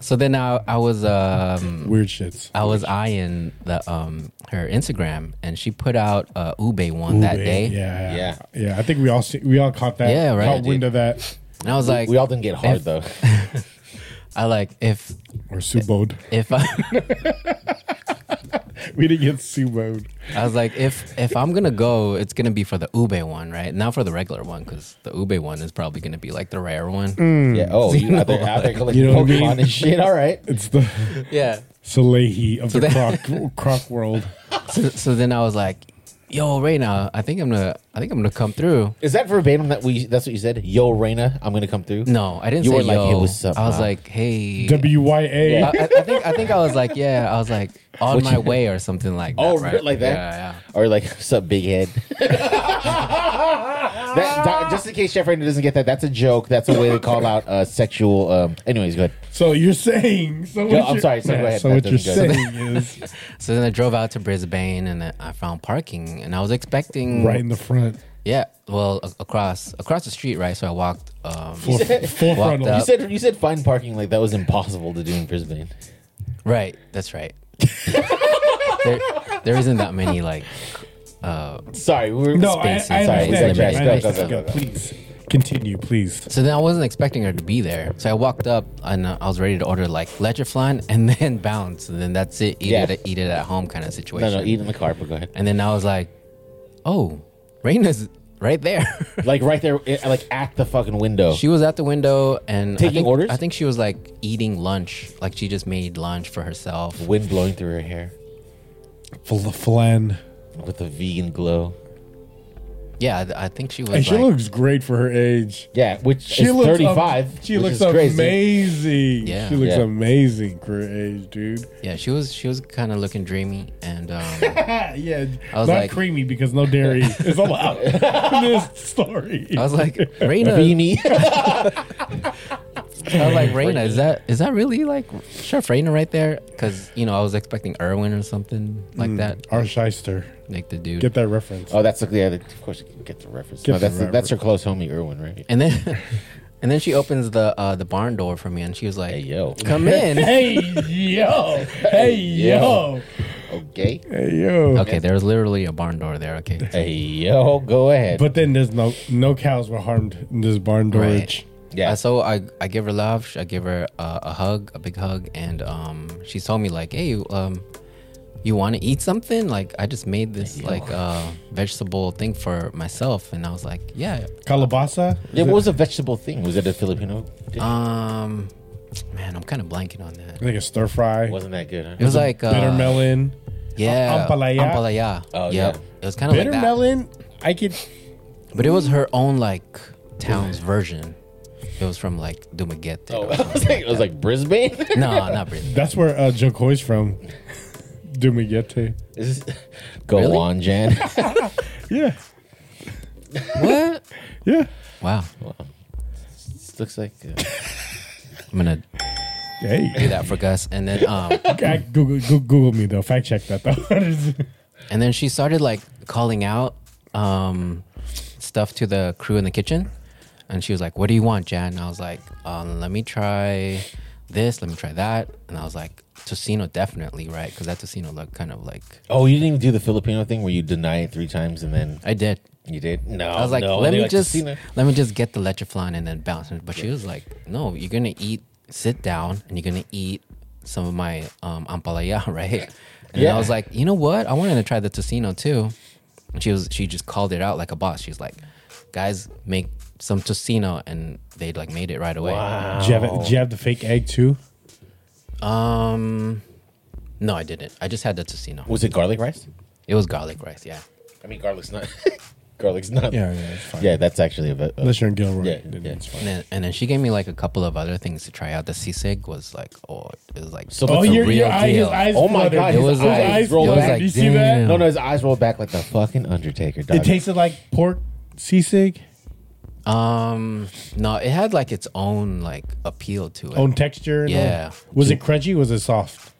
S3: so then I, I was um,
S1: Weird shits.
S3: I was eyeing the um, her Instagram, and she put out uh, ube one that
S1: Ube,
S3: day,
S1: Yeah,
S2: Yeah.
S1: yeah, yeah. I think we all see, we all caught that.
S3: Yeah, right,
S1: Caught
S3: dude.
S1: wind of that
S3: and I was like,
S2: We all didn't get hard
S3: if-
S2: though.
S3: I like if
S1: or subode.
S3: if I.
S1: we didn't get subode.
S3: I was like, if if I'm gonna go, it's gonna be for the ube one, right? Not for the regular one, because the ube one is probably gonna be like the rare one.
S2: yeah. Oh, you out there, out there collecting
S1: You know what I
S2: Pokemon
S1: mean?
S2: and shit. All right.
S1: It's the
S3: Yeah.
S1: Salehi of the
S3: they-
S1: croc, croc world.
S3: So, so then I was like, yo, right now, I think I'm gonna, I think I'm gonna come through.
S2: Is that verbatim that we? That's what you said. Yo, Reina, I'm gonna come through.
S3: No, I didn't
S2: You
S3: say
S2: were like,
S3: yo.
S2: "Hey, what's up,
S3: I was
S2: huh?"
S3: like, hey.
S1: W Y A.
S3: I, I I think I think I was like, yeah. I was like on my way or something like that.
S2: Oh,
S3: right?
S2: right, like that.
S3: Yeah, yeah.
S2: Or like, what's up, big head? that, that- just in case Chef Reina doesn't get that, that's a joke. That's a way to call out uh, sexual. Um, anyways, go ahead.
S1: So you're saying? So
S2: Yo,
S1: what
S2: I'm
S1: you're-
S2: sorry, so
S1: Yeah,
S2: go ahead,
S1: So
S2: that
S1: what you're
S2: doesn't go.
S1: saying is
S3: So then I drove out to Brisbane and then I found parking and I was expecting
S1: right in the front.
S3: Yeah, well, a- across across the street, right? So I walked. Um,
S1: Full, full
S3: Walked
S1: frontal.
S3: up.
S2: You said you said find parking like that was impossible to do in Brisbane.
S3: Right, that's right. there, there isn't that many like. Uh,
S2: Sorry, we were
S1: No, I, I
S3: space inside.
S1: understand.
S3: It's
S1: Jack, I
S2: limited. Go, go,
S1: understand.
S2: go, go, go.
S1: Please continue, please.
S3: so then I wasn't expecting her to be there. So I walked up and uh, I was ready to order like ledger flan and then bounce, and then that's it. Eat
S2: Yeah.
S3: it, eat it at home kind of
S2: no,
S3: situation.
S2: no, eat in the car. But go ahead.
S3: And then I was like, oh, Raina's right there.
S2: Like right there, eh, like at the fucking window.
S3: she was at the window and I
S2: Taking
S3: think,
S2: orders?
S3: I think she was like eating lunch. Like she just made lunch for herself.
S2: Wind blowing through her hair
S1: Fl- flan.
S2: with a vegan glow.
S3: Yeah, I, I think she was.
S1: And she
S3: like-
S1: looks great for her age.
S2: Yeah, which
S1: She
S2: is
S1: looks am-
S2: 35.
S1: she
S2: which
S1: looks
S2: is crazy.
S1: amazing.
S3: Yeah.
S1: She looks
S2: Yeah.
S1: amazing for her age, dude.
S3: Yeah, she was. She was kind of looking dreamy, and um,
S1: yeah, not
S3: was like-
S1: creamy because no dairy is allowed in this story.
S3: I was like, Raina.
S2: Beanie.
S3: I was like, Raina. Is that is that really like Chef Raina right there? Because you know, I was expecting Erwin or something like that,
S1: Our shyster,
S3: like the dude.
S1: get that reference.
S2: oh, that's yeah. Of course, you can get the reference.
S1: Get
S2: no,
S1: the
S2: that's
S1: reference.
S2: that's her close homie Irwin, right?
S3: and then, and then she opens the uh, the barn door for me, and she was like,
S2: Hey yo,
S3: "Come in."
S1: hey yo, hey
S2: Yo. okay.
S1: hey yo.
S3: Okay, there was literally a barn door there. Okay,
S2: Hey yo, go ahead.
S1: But then there's no no cows were harmed in this barn
S3: right.
S1: dorage.
S2: yeah,
S3: Uh, so I, I give her love. I give her uh, a hug, a big hug, and um, she told me like, "Hey, um, you want to eat something? Like, I just made this like uh, vegetable thing for myself." And I was like, "Yeah."
S1: Calabasa.
S2: yeah. What was a vegetable thing? Was it a Filipino? dish?
S3: Um, man, I'm kind of blanking on that.
S1: I think a stir fry.
S2: Wasn't that good? Huh?
S3: It was like uh,
S1: bitter melon.
S3: Yeah,
S1: ampalaya?
S3: Ampalaya.
S2: Oh,
S3: yeah.
S2: yeah.
S3: It was kind of like
S1: Bitter
S3: that,
S1: melon. I could.
S3: but it was her own like town's version. It was from like Dumaguete.
S2: Oh,
S3: or
S2: I was like, it was like Brisbane.
S3: No, not really.
S1: That's where uh, Jokoy's from. Dumaguete.
S2: Is this- go
S3: Really?
S2: on, Jan.
S1: Yeah.
S3: What?
S1: Yeah.
S3: Wow.
S2: this looks like uh,
S3: I'm gonna do
S1: Hey.
S3: that for Gus, and then um.
S1: I- Google, Google, Google me though. Fact check that though.
S3: And then she started like calling out um, stuff to the crew in the kitchen. And she was like, What do you want, Jan? And I was like, um, Let me try this, let me try that. And I was like, Tocino, definitely, right? Because that Tocino looked kind of like.
S2: oh, you didn't even do the Filipino thing where you deny it three times and then
S3: I did.
S2: you did. No,
S3: I was like,
S2: no,
S3: let
S2: they
S3: me
S2: like
S3: just
S2: Casino.
S3: let me just get the lechiflan and then bounce. But she was like, no, you're gonna eat, sit down, and you're gonna eat some of my um, ampalaya, right? And
S2: Yeah.
S3: I was like, you know what? I wanted to try the tocino too. And she was she just called it out like a boss. She's like, guys, make some tocino, and they like made it right away.
S2: Wow.
S1: Did you, have, did you have the fake egg too?
S3: Um, no, I didn't. I just had the tocino.
S2: Was it garlic rice?
S3: It was garlic rice. Yeah.
S2: I mean, garlic's not. garlic's not.
S1: Yeah, yeah, it's fine.
S2: Yeah, that's actually a bit. Uh,
S1: Unless you're in Gilroy.
S2: Yeah,
S1: then
S2: yeah.
S1: it's fine.
S3: And then, and then she gave me like a couple of other things to try out. The sisig was like, oh, it was like
S2: So
S1: Oh,
S2: It's a
S1: your, your
S3: real
S1: eye, his
S3: deal.
S1: eyes
S2: Oh my
S1: fluttered.
S2: God,
S1: His
S3: it was like-
S1: eyes
S3: it was
S1: fluttered.
S3: like,
S1: you see that?
S3: damn.
S2: no, no, his eyes rolled back like the fucking Undertaker. Dog.
S1: It tasted like pork sisig,
S3: Um, no, it had like its own like appeal to it.
S1: own texture. and all.
S3: Yeah.
S1: Was it crunchy? Was it soft?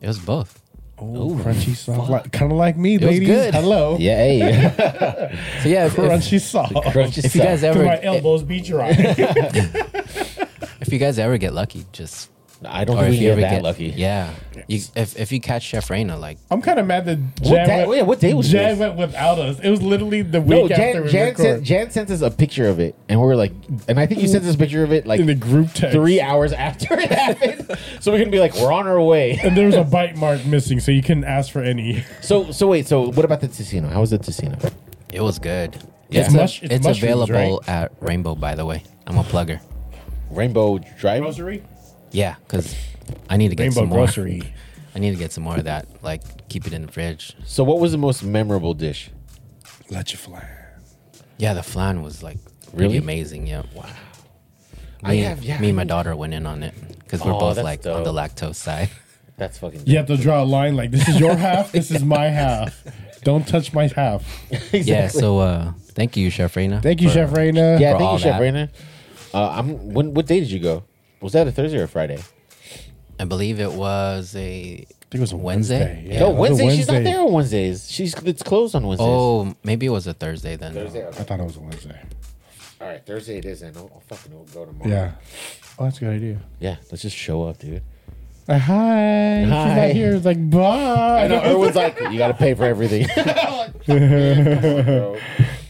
S3: It was both.
S1: Oh, crunchy soft, like, kind of like me,
S3: was
S1: ladies.
S3: good.
S1: Hello,
S2: Yeah, hey.
S3: So yeah, if, if,
S1: crunchy soft.
S2: Crunchy
S3: if you guys
S2: sour.
S1: To
S3: ever
S1: my
S3: if,
S1: elbows beat your eye.
S3: if you guys ever get lucky, just
S2: I don't
S3: or
S2: think
S3: if
S2: we
S3: you
S2: get
S3: ever
S2: that
S3: get
S2: lucky.
S3: yeah. You, if if you catch Chef Raina, like
S1: I'm kind of mad that Jan
S2: day-
S1: went,
S2: wait, what day was
S1: Jan
S2: this?
S1: went without us? It was literally the week
S2: No,
S1: after
S2: Jan,
S1: we
S2: Jan, sent,
S1: recorded
S2: Jan sent us a picture of it, and we were like, and I think you sent us a picture of it like
S1: in the group text.
S2: three hours after it happened. so we're gonna be like, we're on our way.
S1: and there was a bite mark missing, so you couldn't ask for any.
S2: So, so wait, so what about the Ticino? How was the Ticino?
S3: it was good.
S2: Yeah.
S3: It's, a-
S1: Mush- it's
S3: it's
S1: mushrooms,
S3: available at Rainbow. By the way, I'm a plugger.
S2: Rainbow Drive.
S1: Grocery.
S3: Yeah, because I need to get
S1: Rainbow
S3: some more.
S1: grocery.
S3: I need to get some more of that. Like keep it in the fridge.
S2: So, what was the most memorable dish?
S1: Let you fly.
S3: Yeah, the flan was like
S2: Really?
S3: really amazing. Yeah. Wow.
S2: I
S3: Me,
S2: have- yeah,
S3: me and
S2: I-
S3: my daughter went in on it because we're
S2: Oh,
S3: both
S2: that's
S3: like on the lactose side.
S2: That's fucking.
S1: You have to draw a line like this is your half, this is my half. Don't touch my half.
S3: Yeah. So uh, thank you, Chef Reina.
S1: Thank you,
S3: for-
S1: Chef Raina.
S2: Yeah,
S3: for
S2: thank
S3: all
S2: you, Chef
S3: that.
S2: Raina. Uh, I'm. When? What day did you go? Was that a Thursday or a Friday?
S3: I believe it was a.
S1: I think it was a
S3: Wednesday?
S1: Yeah,
S2: no,
S1: it was a
S2: Wednesday. She's not there on Wednesdays. She's it's closed on Wednesdays.
S3: Oh, maybe it was a Thursday then.
S2: Thursday. Okay.
S1: I thought it was a Wednesday.
S2: All right, Thursday it is, and I'll, I'll fucking go tomorrow.
S1: Yeah. Oh, that's a good idea.
S2: yeah. Let's just show up, dude.
S1: Like, hi. She's
S2: Hi.
S1: not here. It's like, bye.
S2: I know. Everyone's like, you got to pay for everything.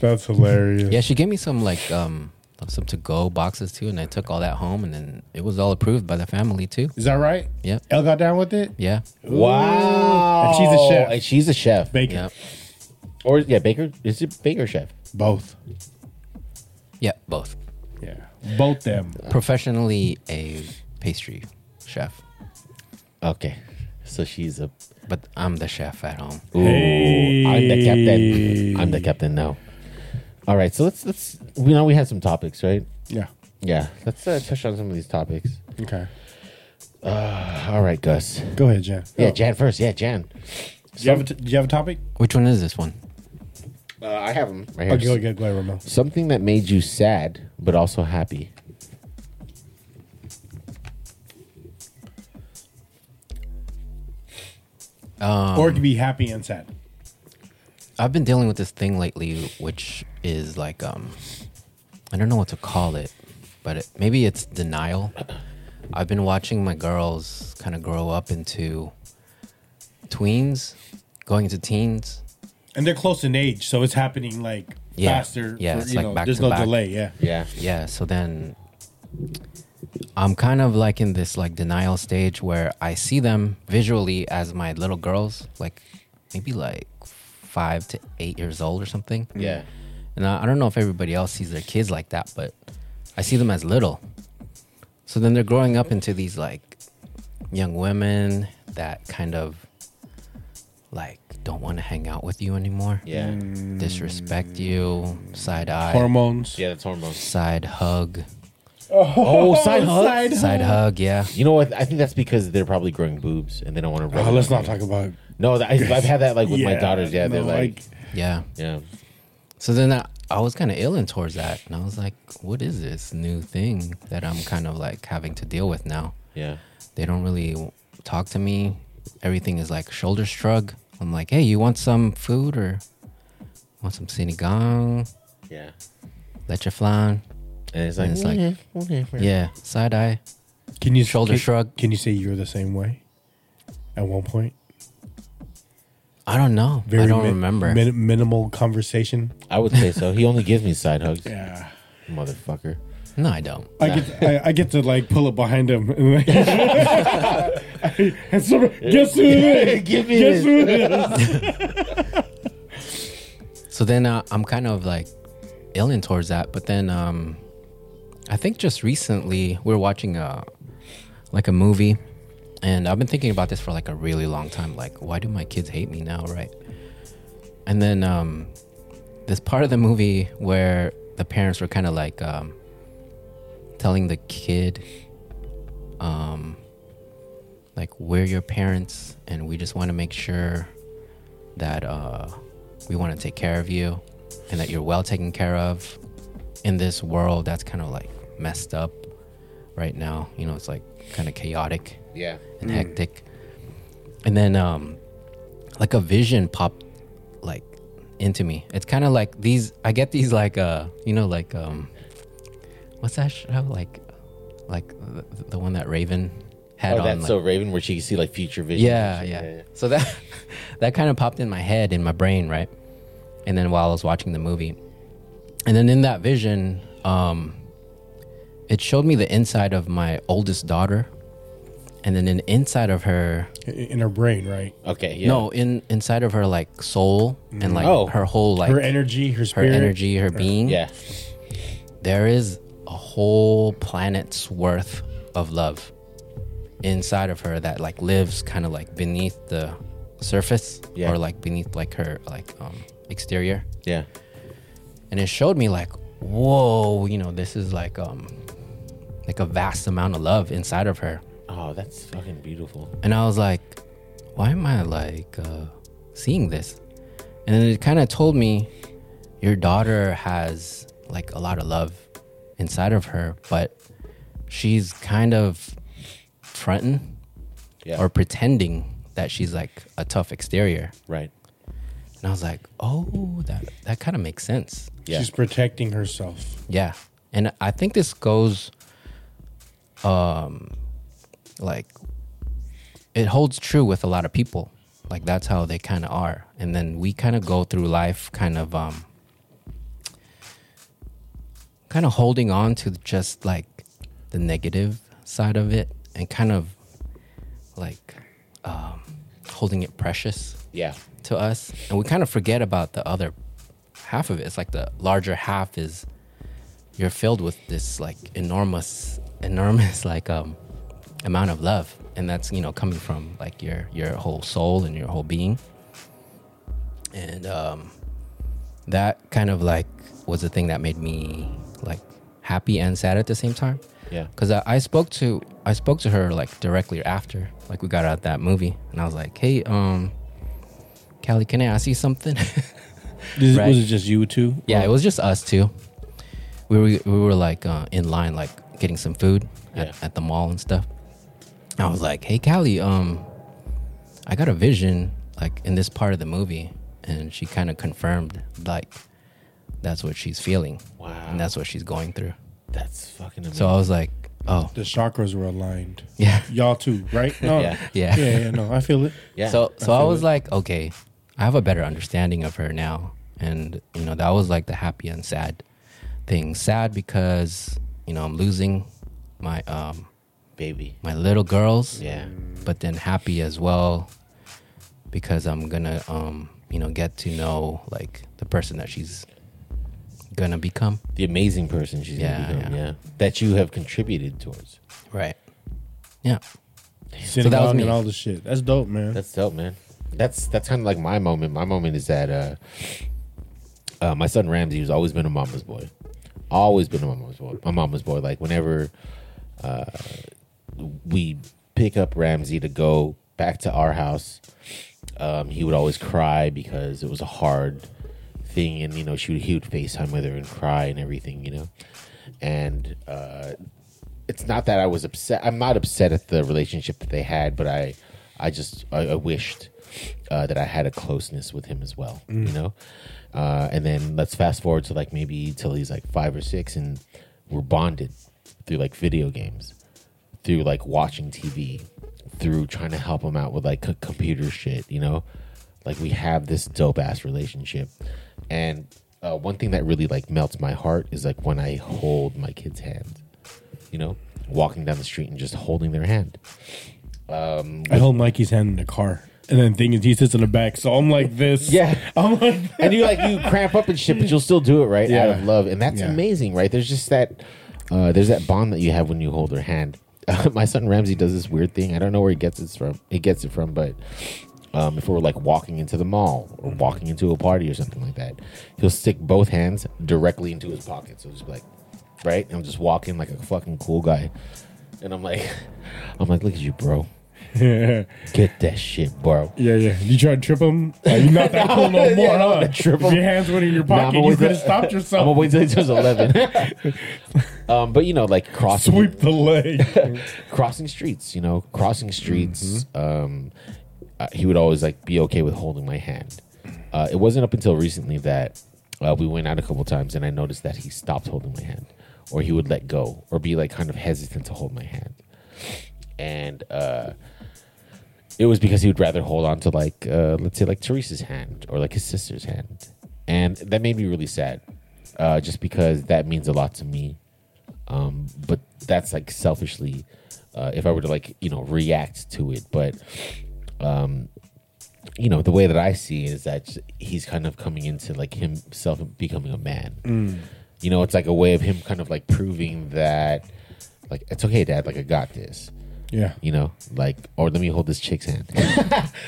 S1: That's hilarious.
S3: Yeah, she gave me some like um some to go boxes too, and I took all that home, and then it was all approved by the family too.
S1: Is that right?
S3: Yep.
S1: Elle got down with it?
S3: Yeah.
S2: wow.
S1: And she's a chef.
S2: And she's a chef.
S1: Bacon.
S3: Yeah.
S2: Or yeah, Baker is it Baker Chef?
S1: Both.
S3: Yeah, both.
S1: Yeah. Both them.
S3: Professionally a pastry chef,
S2: Okay, so she's a.
S3: but I'm the chef at home.
S2: Ooh, I'm the
S1: Hey.
S2: captain. I'm the captain now. All right, so let's let's. We know we had some topics, right?
S1: Yeah.
S2: Yeah, let's uh, touch on some of these topics. Uh,
S1: Okay.
S2: All right, Gus.
S1: Go ahead, Jan.
S2: Yeah, Jan first. Yeah, Jan.
S1: Do you, have a t- do you have a topic?
S3: Which one is this one?
S2: Uh, I have them right here.
S1: Okay, go ahead, go ahead, Ramon.
S2: Something that made you sad but also happy.
S3: Um,
S1: or it could be happy and sad.
S3: I've been dealing with this thing lately, which is like um, I don't know what to call it, but it, maybe it's denial. I've been watching my girls kind of grow up into tweens, going into teens.
S1: And they're close in age, so it's happening like
S3: Yeah.
S1: faster.
S3: Yeah,
S1: for-
S3: it's
S1: you
S3: like
S1: know,
S3: back
S1: there's
S3: to
S1: no
S3: back.
S1: delay. Yeah.
S2: Yeah.
S3: Yeah, so then I'm kind of like in this like denial stage where I see them visually as my little girls, like maybe like five to eight years old or something.
S2: Yeah.
S3: And I, I don't know if everybody else sees their kids like that, but I see them as little. So then they're growing up into these like young women that kind of like don't want to hang out with you anymore.
S2: Yeah.
S1: Mm.
S3: Disrespect you, side eye,
S1: Hormones.
S2: Yeah, that's hormones.
S3: side hug,
S2: Oh, side hug.
S3: side hug, yeah.
S2: You know what? I think that's because they're probably growing boobs and they don't want to.
S1: Oh, let's not talk about it.
S2: No, I, I've had that like with my daughters. Yeah, they're
S1: no,
S2: like,
S3: Yeah.
S2: yeah,
S3: So then I, I was kind of ill towards that. And I was like, what is this new thing that I'm kind of like having to deal with now?
S2: yeah,
S3: They don't really w- talk to me. Everything is like shoulder shrug. I'm like, hey, you want some food or want some sinigang?
S2: yeah.
S3: Let your flan.
S2: And it's like,
S3: And it's like-
S2: "Yeah, whatever."
S3: Yeah. Side eye.
S1: can you
S3: Shoulder
S1: can-
S3: shrug.
S1: Can you say you're the same way? At one point,
S3: I don't know. I don't
S1: min-
S3: remember.
S1: min- minimal conversation.
S2: I would say so. He only gives me side hugs,
S1: Yeah.
S2: motherfucker.
S3: no, I don't.
S1: I get I, I get to like pull up behind him and like and so, guess who it is?
S2: Give me
S1: Guess who it is?
S3: So then uh, I'm kind of like ill towards that. But then um, I think just recently we are watching a like a movie, and I've been thinking about this for like a really long time. Like, why do my kids hate me now, right? And then um, this part of the movie where the parents were kind of like um, telling the kid, um, like we're your parents, and we just want to make sure that uh, we want to take care of you and that you're well taken care of in this world that's kind of like messed up right now you know it's like kind of chaotic
S2: Yeah,
S3: and hectic and then um like a vision popped like into me it's kind of like these i get these like uh you know like um what's that show like like the, the one that raven had
S2: oh,
S3: on
S2: that's
S3: like,
S2: so Raven, where she can see like future vision.
S3: yeah, yeah. So that that kind of popped in my head, in my brain, right? And then while I was watching the movie, and then in that vision, um, it showed me the inside of my oldest daughter, and then in inside of her,
S1: In her brain, right?
S2: Okay, yeah.
S3: no, in inside of her like soul and like
S2: Oh.
S3: her whole like
S1: Her
S3: her,
S1: energy, her spirit,
S3: energy, her being,
S2: yeah,
S3: there is a whole planet's worth of love inside of her that like lives kind of like beneath the surface
S2: Yeah.
S3: or like beneath like her like um exterior
S2: yeah,
S3: and it showed me like whoa you know this is like um like a vast amount of love inside of her
S2: Oh, that's fucking beautiful.
S3: and I was like, why am I like uh, seeing this? And then it kind of told me, your daughter has like a lot of love inside of her, but she's kind of fronting
S2: Yeah,
S3: or pretending that she's like a tough exterior.
S2: right.
S3: And I was like, oh, that that kind of makes sense.
S2: Yeah,
S1: She's protecting herself.
S3: Yeah. And I think this goes um like it holds true with a lot of people. Like that's how they kind of are. And then we kind of go through life kind of um kind of holding on to just like the negative side of it and kind of like um holding it precious
S2: Yeah.
S3: to us, and we kind of forget about the other half of it. It's like the larger half is you're filled with this like enormous, enormous like um amount of love, and that's you know coming from like your your whole soul and your whole being, and um that kind of like was the thing that made me like happy and sad at the same time
S2: Yeah.
S3: because I, I spoke to I spoke to her like directly after like we got out that movie and I was like hey um Callie can I ask you something
S1: Is-
S3: Right.
S1: Was it just you two?
S3: yeah it was just us two we were we were like uh, in line like getting some food
S2: Yeah.
S3: at, at the mall and stuff I was like hey Callie um I got a vision like in this part of the movie and she kind of confirmed like that's what she's feeling
S2: Wow.
S3: and that's what she's going through
S2: That's fucking amazing.
S3: so I was like oh
S1: The chakras were aligned.
S3: yeah
S1: Y'all too, right? No.
S2: Yeah.
S3: Yeah.
S1: Yeah, yeah, no, I feel it.
S2: yeah.
S3: So so I,
S1: feel
S3: was
S1: it.
S3: like, okay, I have a better understanding of her now. And you know, that was like the happy and sad thing. Sad because, you know, I'm losing my um
S2: baby.
S3: my little girls.
S2: Yeah.
S3: But then happy as well because I'm gonna um, you know, get to know like the person that she's gonna become.
S2: The amazing person she's
S3: Yeah,
S2: gonna become.
S3: yeah.
S2: Yeah. That you have contributed towards.
S3: Right. Yeah.
S1: Synagogue
S3: that was me.
S1: and all the shit. That's dope, man.
S2: That's dope, man. That's that's kind of like my moment. My moment is that uh, uh, my son Ramsey has always been a mama's boy, always been a mama's boy. My mama's boy. Like whenever uh, we pick up Ramsey to go back to our house, um, he would always cry because it was a hard thing, and you know she would, he would Facetime with her and cry and everything, you know, and. Uh, it's not that I was upset. I'm not upset at the relationship that they had, but I, I just I, I wished uh, that I had a closeness with him as well. You know, uh, and then let's fast forward to like maybe till he's like five or six, and we're bonded through like video games, through like watching TV, through trying to help him out with like c- computer shit. You know, like we have this dope ass relationship, and uh, one thing that really like melts my heart is like when I hold my kid's hand you know, walking down the street and just holding their hand.
S1: I hold Mikey's hand in the car. And then thing is he sits in the back, so I'm like this.
S2: Yeah.
S1: I'm like
S2: And you like you cramp up and shit, but you'll still do it, right? Out of
S1: Yeah.
S2: love, and that's
S1: Yeah.
S2: amazing, right? There's just that, uh, there's that bond that you have when you hold their hand. my son Ramsey does this weird thing. I don't know where he gets it from. He gets it from, but um, if we're like walking into the mall or walking into a party or something like that, he'll stick both hands directly into his pocket. So just be like, right? And I'm just walking like a fucking cool guy, and I'm like, I'm like, look at you, bro.
S1: Yeah,
S2: Get that shit, bro.
S1: yeah, yeah. You try to trip him? Uh, you're not that cool no more,
S2: Yeah, I don't
S1: huh?
S2: wanna trip
S1: If
S2: 'em.
S1: your hands went in your
S2: Nah, I'm
S1: pocket, you
S2: always
S1: could have
S2: a-
S1: stopped
S2: I'm
S1: yourself.
S2: gonna wait till he turns eleven. um, but you know, like crossing
S1: Sweep the leg.
S2: crossing streets, you know, crossing streets. Um, uh, he would always like be okay with holding my hand. Uh, it wasn't up until recently that uh, we went out a couple times, and I noticed that he stopped holding my hand, or he would let go, or be like kind of hesitant to hold my hand, and. Uh, it was because he would rather hold on to like uh, let's say like Teresa's hand or like his sister's hand, and that made me really sad, uh, just because that means a lot to me. Um, but that's like selfishly, uh, if I were to like you know react to it, but um, you know the way that I see it is that he's kind of coming into like himself becoming a man.
S1: Mm.
S2: You know, it's like a way of him kind of like proving that like it's okay, Dad. Like I got this
S1: Yeah.
S2: you know, like, or let me hold this chick's hand,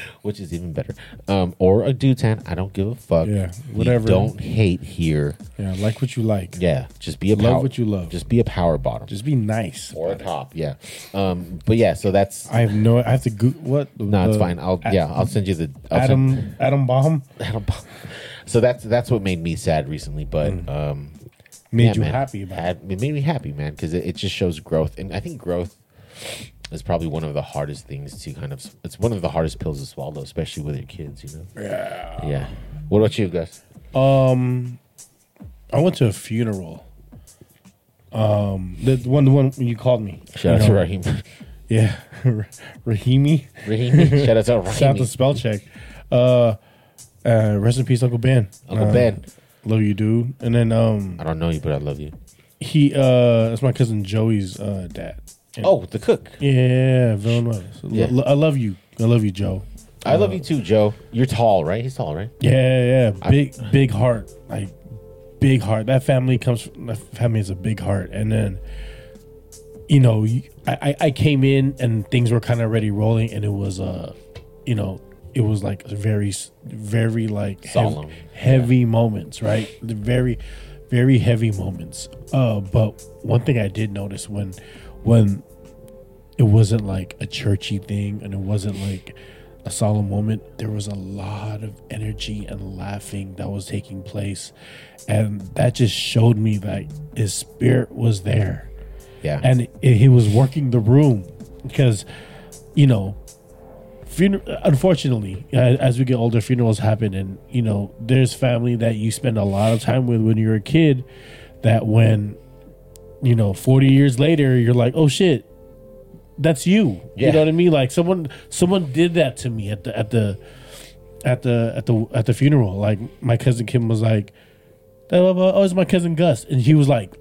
S2: which is even better, um, or a dude's hand. I don't give a fuck.
S1: Yeah,
S2: We
S1: whatever.
S2: don't hate here.
S1: Yeah. Like what you like.
S2: Yeah, just be a
S1: Love
S2: power,
S1: what you love.
S2: Just be a power bottom
S1: Just be nice.
S2: or a top. Yeah, um, but yeah, so that's
S1: I have no I have to go what
S2: no, it's
S1: The-
S2: fine. I'll
S1: A-
S2: yeah, I'll send you the I'll
S1: Adam
S2: send-
S1: Adam Baum
S2: Adam. Bo- So that's that's what made me sad recently, but
S1: Mm.
S2: um,
S1: made
S2: yeah,
S1: you
S2: man.
S1: happy about it.
S2: Had- it made me happy, man, because it, it just shows growth, and I think growth is probably one of the hardest things to kind of. It's one of the hardest pills to swallow, especially with your kids. You know. Yeah. Yeah. What about you guys?
S1: I went to a funeral. Um the one the one when you called me.
S2: Shout out
S1: You
S2: to
S1: know?
S2: Raheem.
S1: Yeah. Rahimi.
S2: Raheem. Shout out to Raheem.
S1: Shout out to spell check. Uh, uh, rest in peace, Uncle Ben.
S2: Uncle
S1: Uh,
S2: Ben.
S1: love you, dude. And then um,
S2: I don't know you, but I love you.
S1: he uh, that's my cousin Joey's uh dad.
S2: Oh, the cook.
S1: yeah, Villanueva. So,
S2: Yeah.
S1: lo- I love you. I love you, Joe.
S2: I love you too, Joe. You're tall, right? He's tall, right?
S1: Yeah, yeah, big, big heart, like big heart. That family comes. From, that family is a big heart, and then you know, you- I, I- I came in and things were kind of already rolling, and it was uh, you know, it was like very, s- very like hev-
S2: Solemn.
S1: heavy moments, right? The very, very heavy moments. Uh, but one thing I did notice when, when it wasn't like a churchy thing and it wasn't like a solemn moment there was a lot of energy and laughing that was taking place and that just showed me that his spirit was there
S2: Yeah.
S1: and it, he was working the room because you know funer- unfortunately a- as we get older funerals happen and you know there's family that you spend a lot of time with when you're a kid that when you know 40 years later you're like oh shit that's you
S2: Yeah.
S1: you know what i mean like someone someone did that to me at the at the at the at the at the funeral like my cousin kim was like "Oh, well, oh, it's my cousin Gus, and he was like,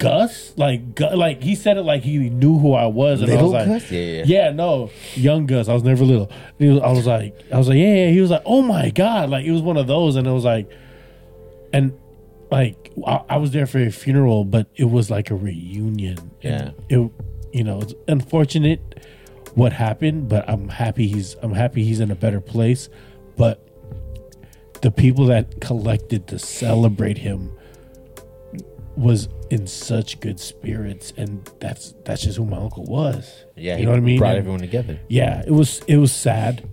S1: Gus, like, Gu-, like he said it like he knew who I was, and
S2: Little
S1: I was like,
S2: Gus? Yeah, yeah,
S1: no, young Gus. I was never little. And he was- I was like, I was like, yeah, yeah. He was like, oh my god, like it was one of those, and it was like, and like I, I was there for a funeral, but it was like a reunion.
S2: Yeah.
S1: it, you know, it's unfortunate what happened, but I'm happy he's I'm happy he's in a better place, but the people that collected to celebrate him was in such good spirits and that's that's just who my uncle was
S2: yeah.
S1: you know what i mean
S2: Brought
S1: And-
S2: everyone together.
S1: yeah it was it was sad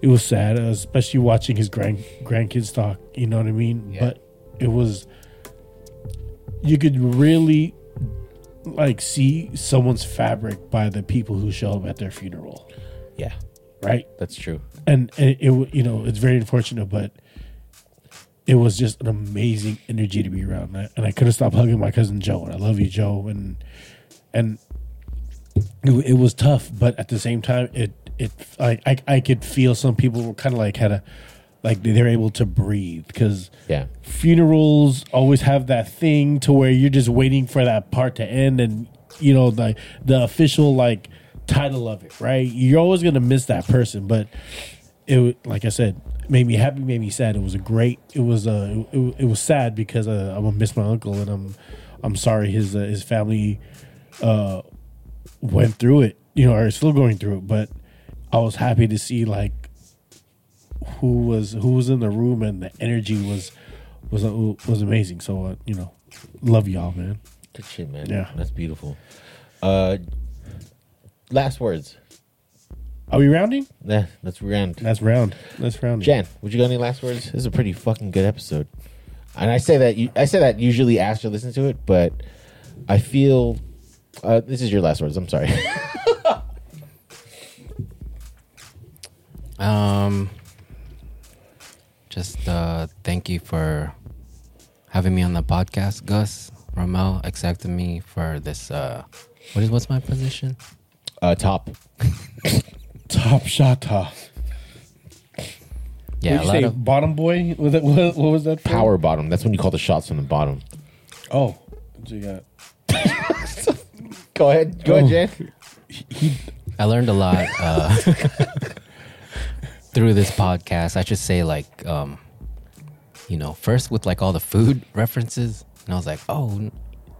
S1: it was sad especially watching his grand grandkids talk you know what i mean but it was you could really like see someone's fabric by the people who show up at their funeral
S2: Yeah.
S1: right
S2: That's true.
S1: and it, it w- you know it's very unfortunate but it was just an amazing energy to be around and I, and I couldn't stop hugging my cousin Joe and I love you Joe and and it, w- it was tough but at the same time it it I I, I could feel some people were kind of like had a like they- they're able to breathe because
S2: Yeah.
S1: funerals always have that thing to where you're just waiting for that part to end and you know the the official like title of it right you're always gonna miss that person but it w- like i said made me happy made me sad it was a great it was uh it, w- it was sad because uh, i'm gonna miss my uncle and i'm i'm sorry his uh, his family uh went through it you know or is still going through it but i was happy to see like who was who was in the room and the energy was was uh, was amazing. So uh, you know, love y'all, man.
S2: Good shit, man.
S1: Yeah.
S2: That's beautiful. Uh, last words.
S1: Are we rounding?
S2: Yeah, let's round.
S1: That's round. That's rounding.
S2: Jan, would you got any last words? This is a pretty fucking good episode, and I say that you, I say that usually after listening to it, but I feel uh, this is your last words. I'm sorry.
S3: Um, just uh, thank you for having me on the podcast, Gus. Ramel accepted me for this. Uh, what is what's my position?
S2: uh, top.
S1: Top shot. Top.
S3: Yeah, a
S1: What'd you say
S3: lot of
S1: bottom boy. Was that, what, what was that? for?
S2: power bottom. That's when you call the shots from the bottom.
S1: Oh, what you got?
S2: Go ahead. Go ahead, Jan.
S3: I learned a lot uh, through this podcast. I should say, like, um, you know, first with like all the food references, and I was like, oh,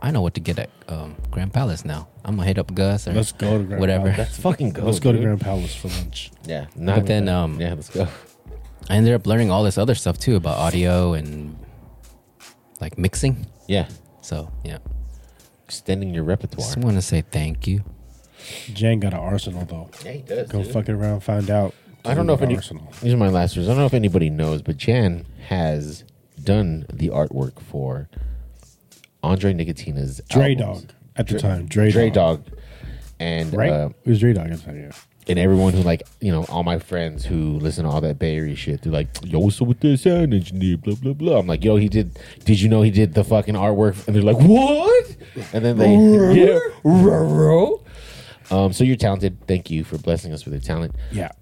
S3: I know what to get at um, Grand Palace now. I'm gonna hit up Gus or
S1: Let's go to Grand
S3: whatever.
S1: Palace.
S2: Let's fucking go.
S1: Let's go to
S2: dude.
S1: Grand Palace for lunch.
S2: Yeah. Not
S3: But then, um,
S2: yeah, let's go.
S3: I ended up learning all this other stuff too about audio and like mixing.
S2: Yeah,
S3: So yeah,
S2: extending your repertoire.
S3: just want to say thank you.
S1: Jan got an arsenal though.
S2: Yeah, he does.
S1: Go
S2: dude.
S1: fucking around, find out.
S2: I don't know if
S1: Dude,
S2: any,
S1: arsenal.
S2: these are my last words. I don't know if anybody knows, but Jan has done the artwork for Andre Nicotina's
S1: Dre
S2: albums.
S1: Dog at the time. Dre,
S2: Dre
S1: Dog.
S2: Dog, and
S1: Right.
S2: uh,
S1: it was Dre Dog at the time. Yeah.
S2: and everyone who like you know all my friends who listen to all that Bay Area shit, they're like, "Yo, what's up with that sound engineer?" Blah blah blah. I'm like, "Yo, he did. Did you know he did the fucking artwork?" And they're like, "What?" And then they, yeah, ruh-roh. um. So you're talented. Thank you for blessing us with your talent.
S1: Yeah.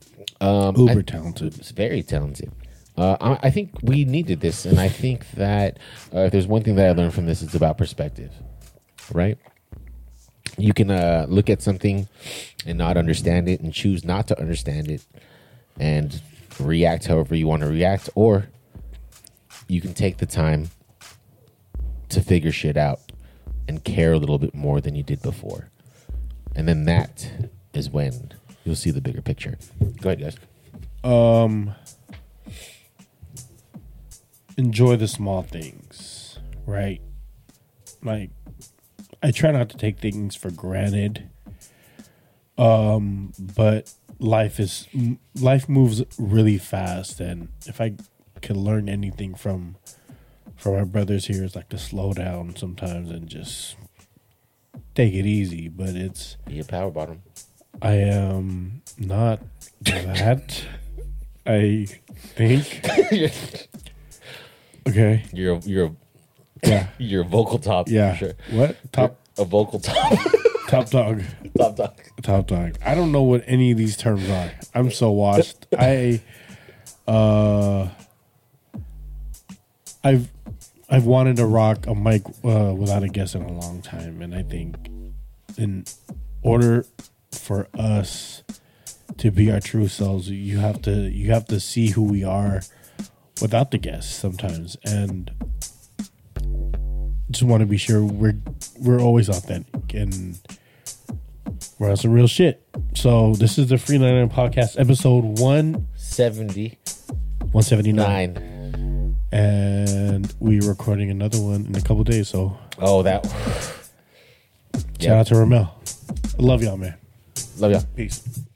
S2: Um,
S1: Uber
S2: I-
S1: talented.
S2: it's very talented. Uh, I, I think we needed this, and I think that uh, if there's one thing that I learned from this, it's about perspective, right? You can uh, look at something and not understand it, and choose not to understand it, and react however you want to react, or you can take the time to figure shit out and care a little bit more than you did before. And then that is when you'll see the bigger picture. Go ahead, guys.
S1: enjoy the small things, right? Like I try not to take things for granted. Um, but life is m- life moves really fast and if I could learn anything from from my brothers here is like to slow down sometimes and just take it easy, but it's
S2: Be a power bottom.
S1: I am not that. I think okay.
S2: You're a, you're a,
S1: Yeah.
S2: you're a vocal top. for
S1: Yeah.
S2: sure.
S1: What? Top
S2: a vocal top.
S1: top dog.
S2: top dog.
S1: Top dog. I don't know what any of these terms are. I'm so washed. I uh I've I've wanted to rock a mic uh, without a guest in a long time and I think in order for us to be our true selves, you have to you have to see who we are without the guests sometimes and just want to be sure we're we're always authentic and we're on some real shit. So this is the Freelander Podcast episode one
S2: 79.
S1: one seventy nine, and we're recording another one in a couple days. So
S2: Oh, that.
S1: shout
S2: Yeah.
S1: out to Ramel. I love y'all, man.
S2: Love y'all.
S1: Peace.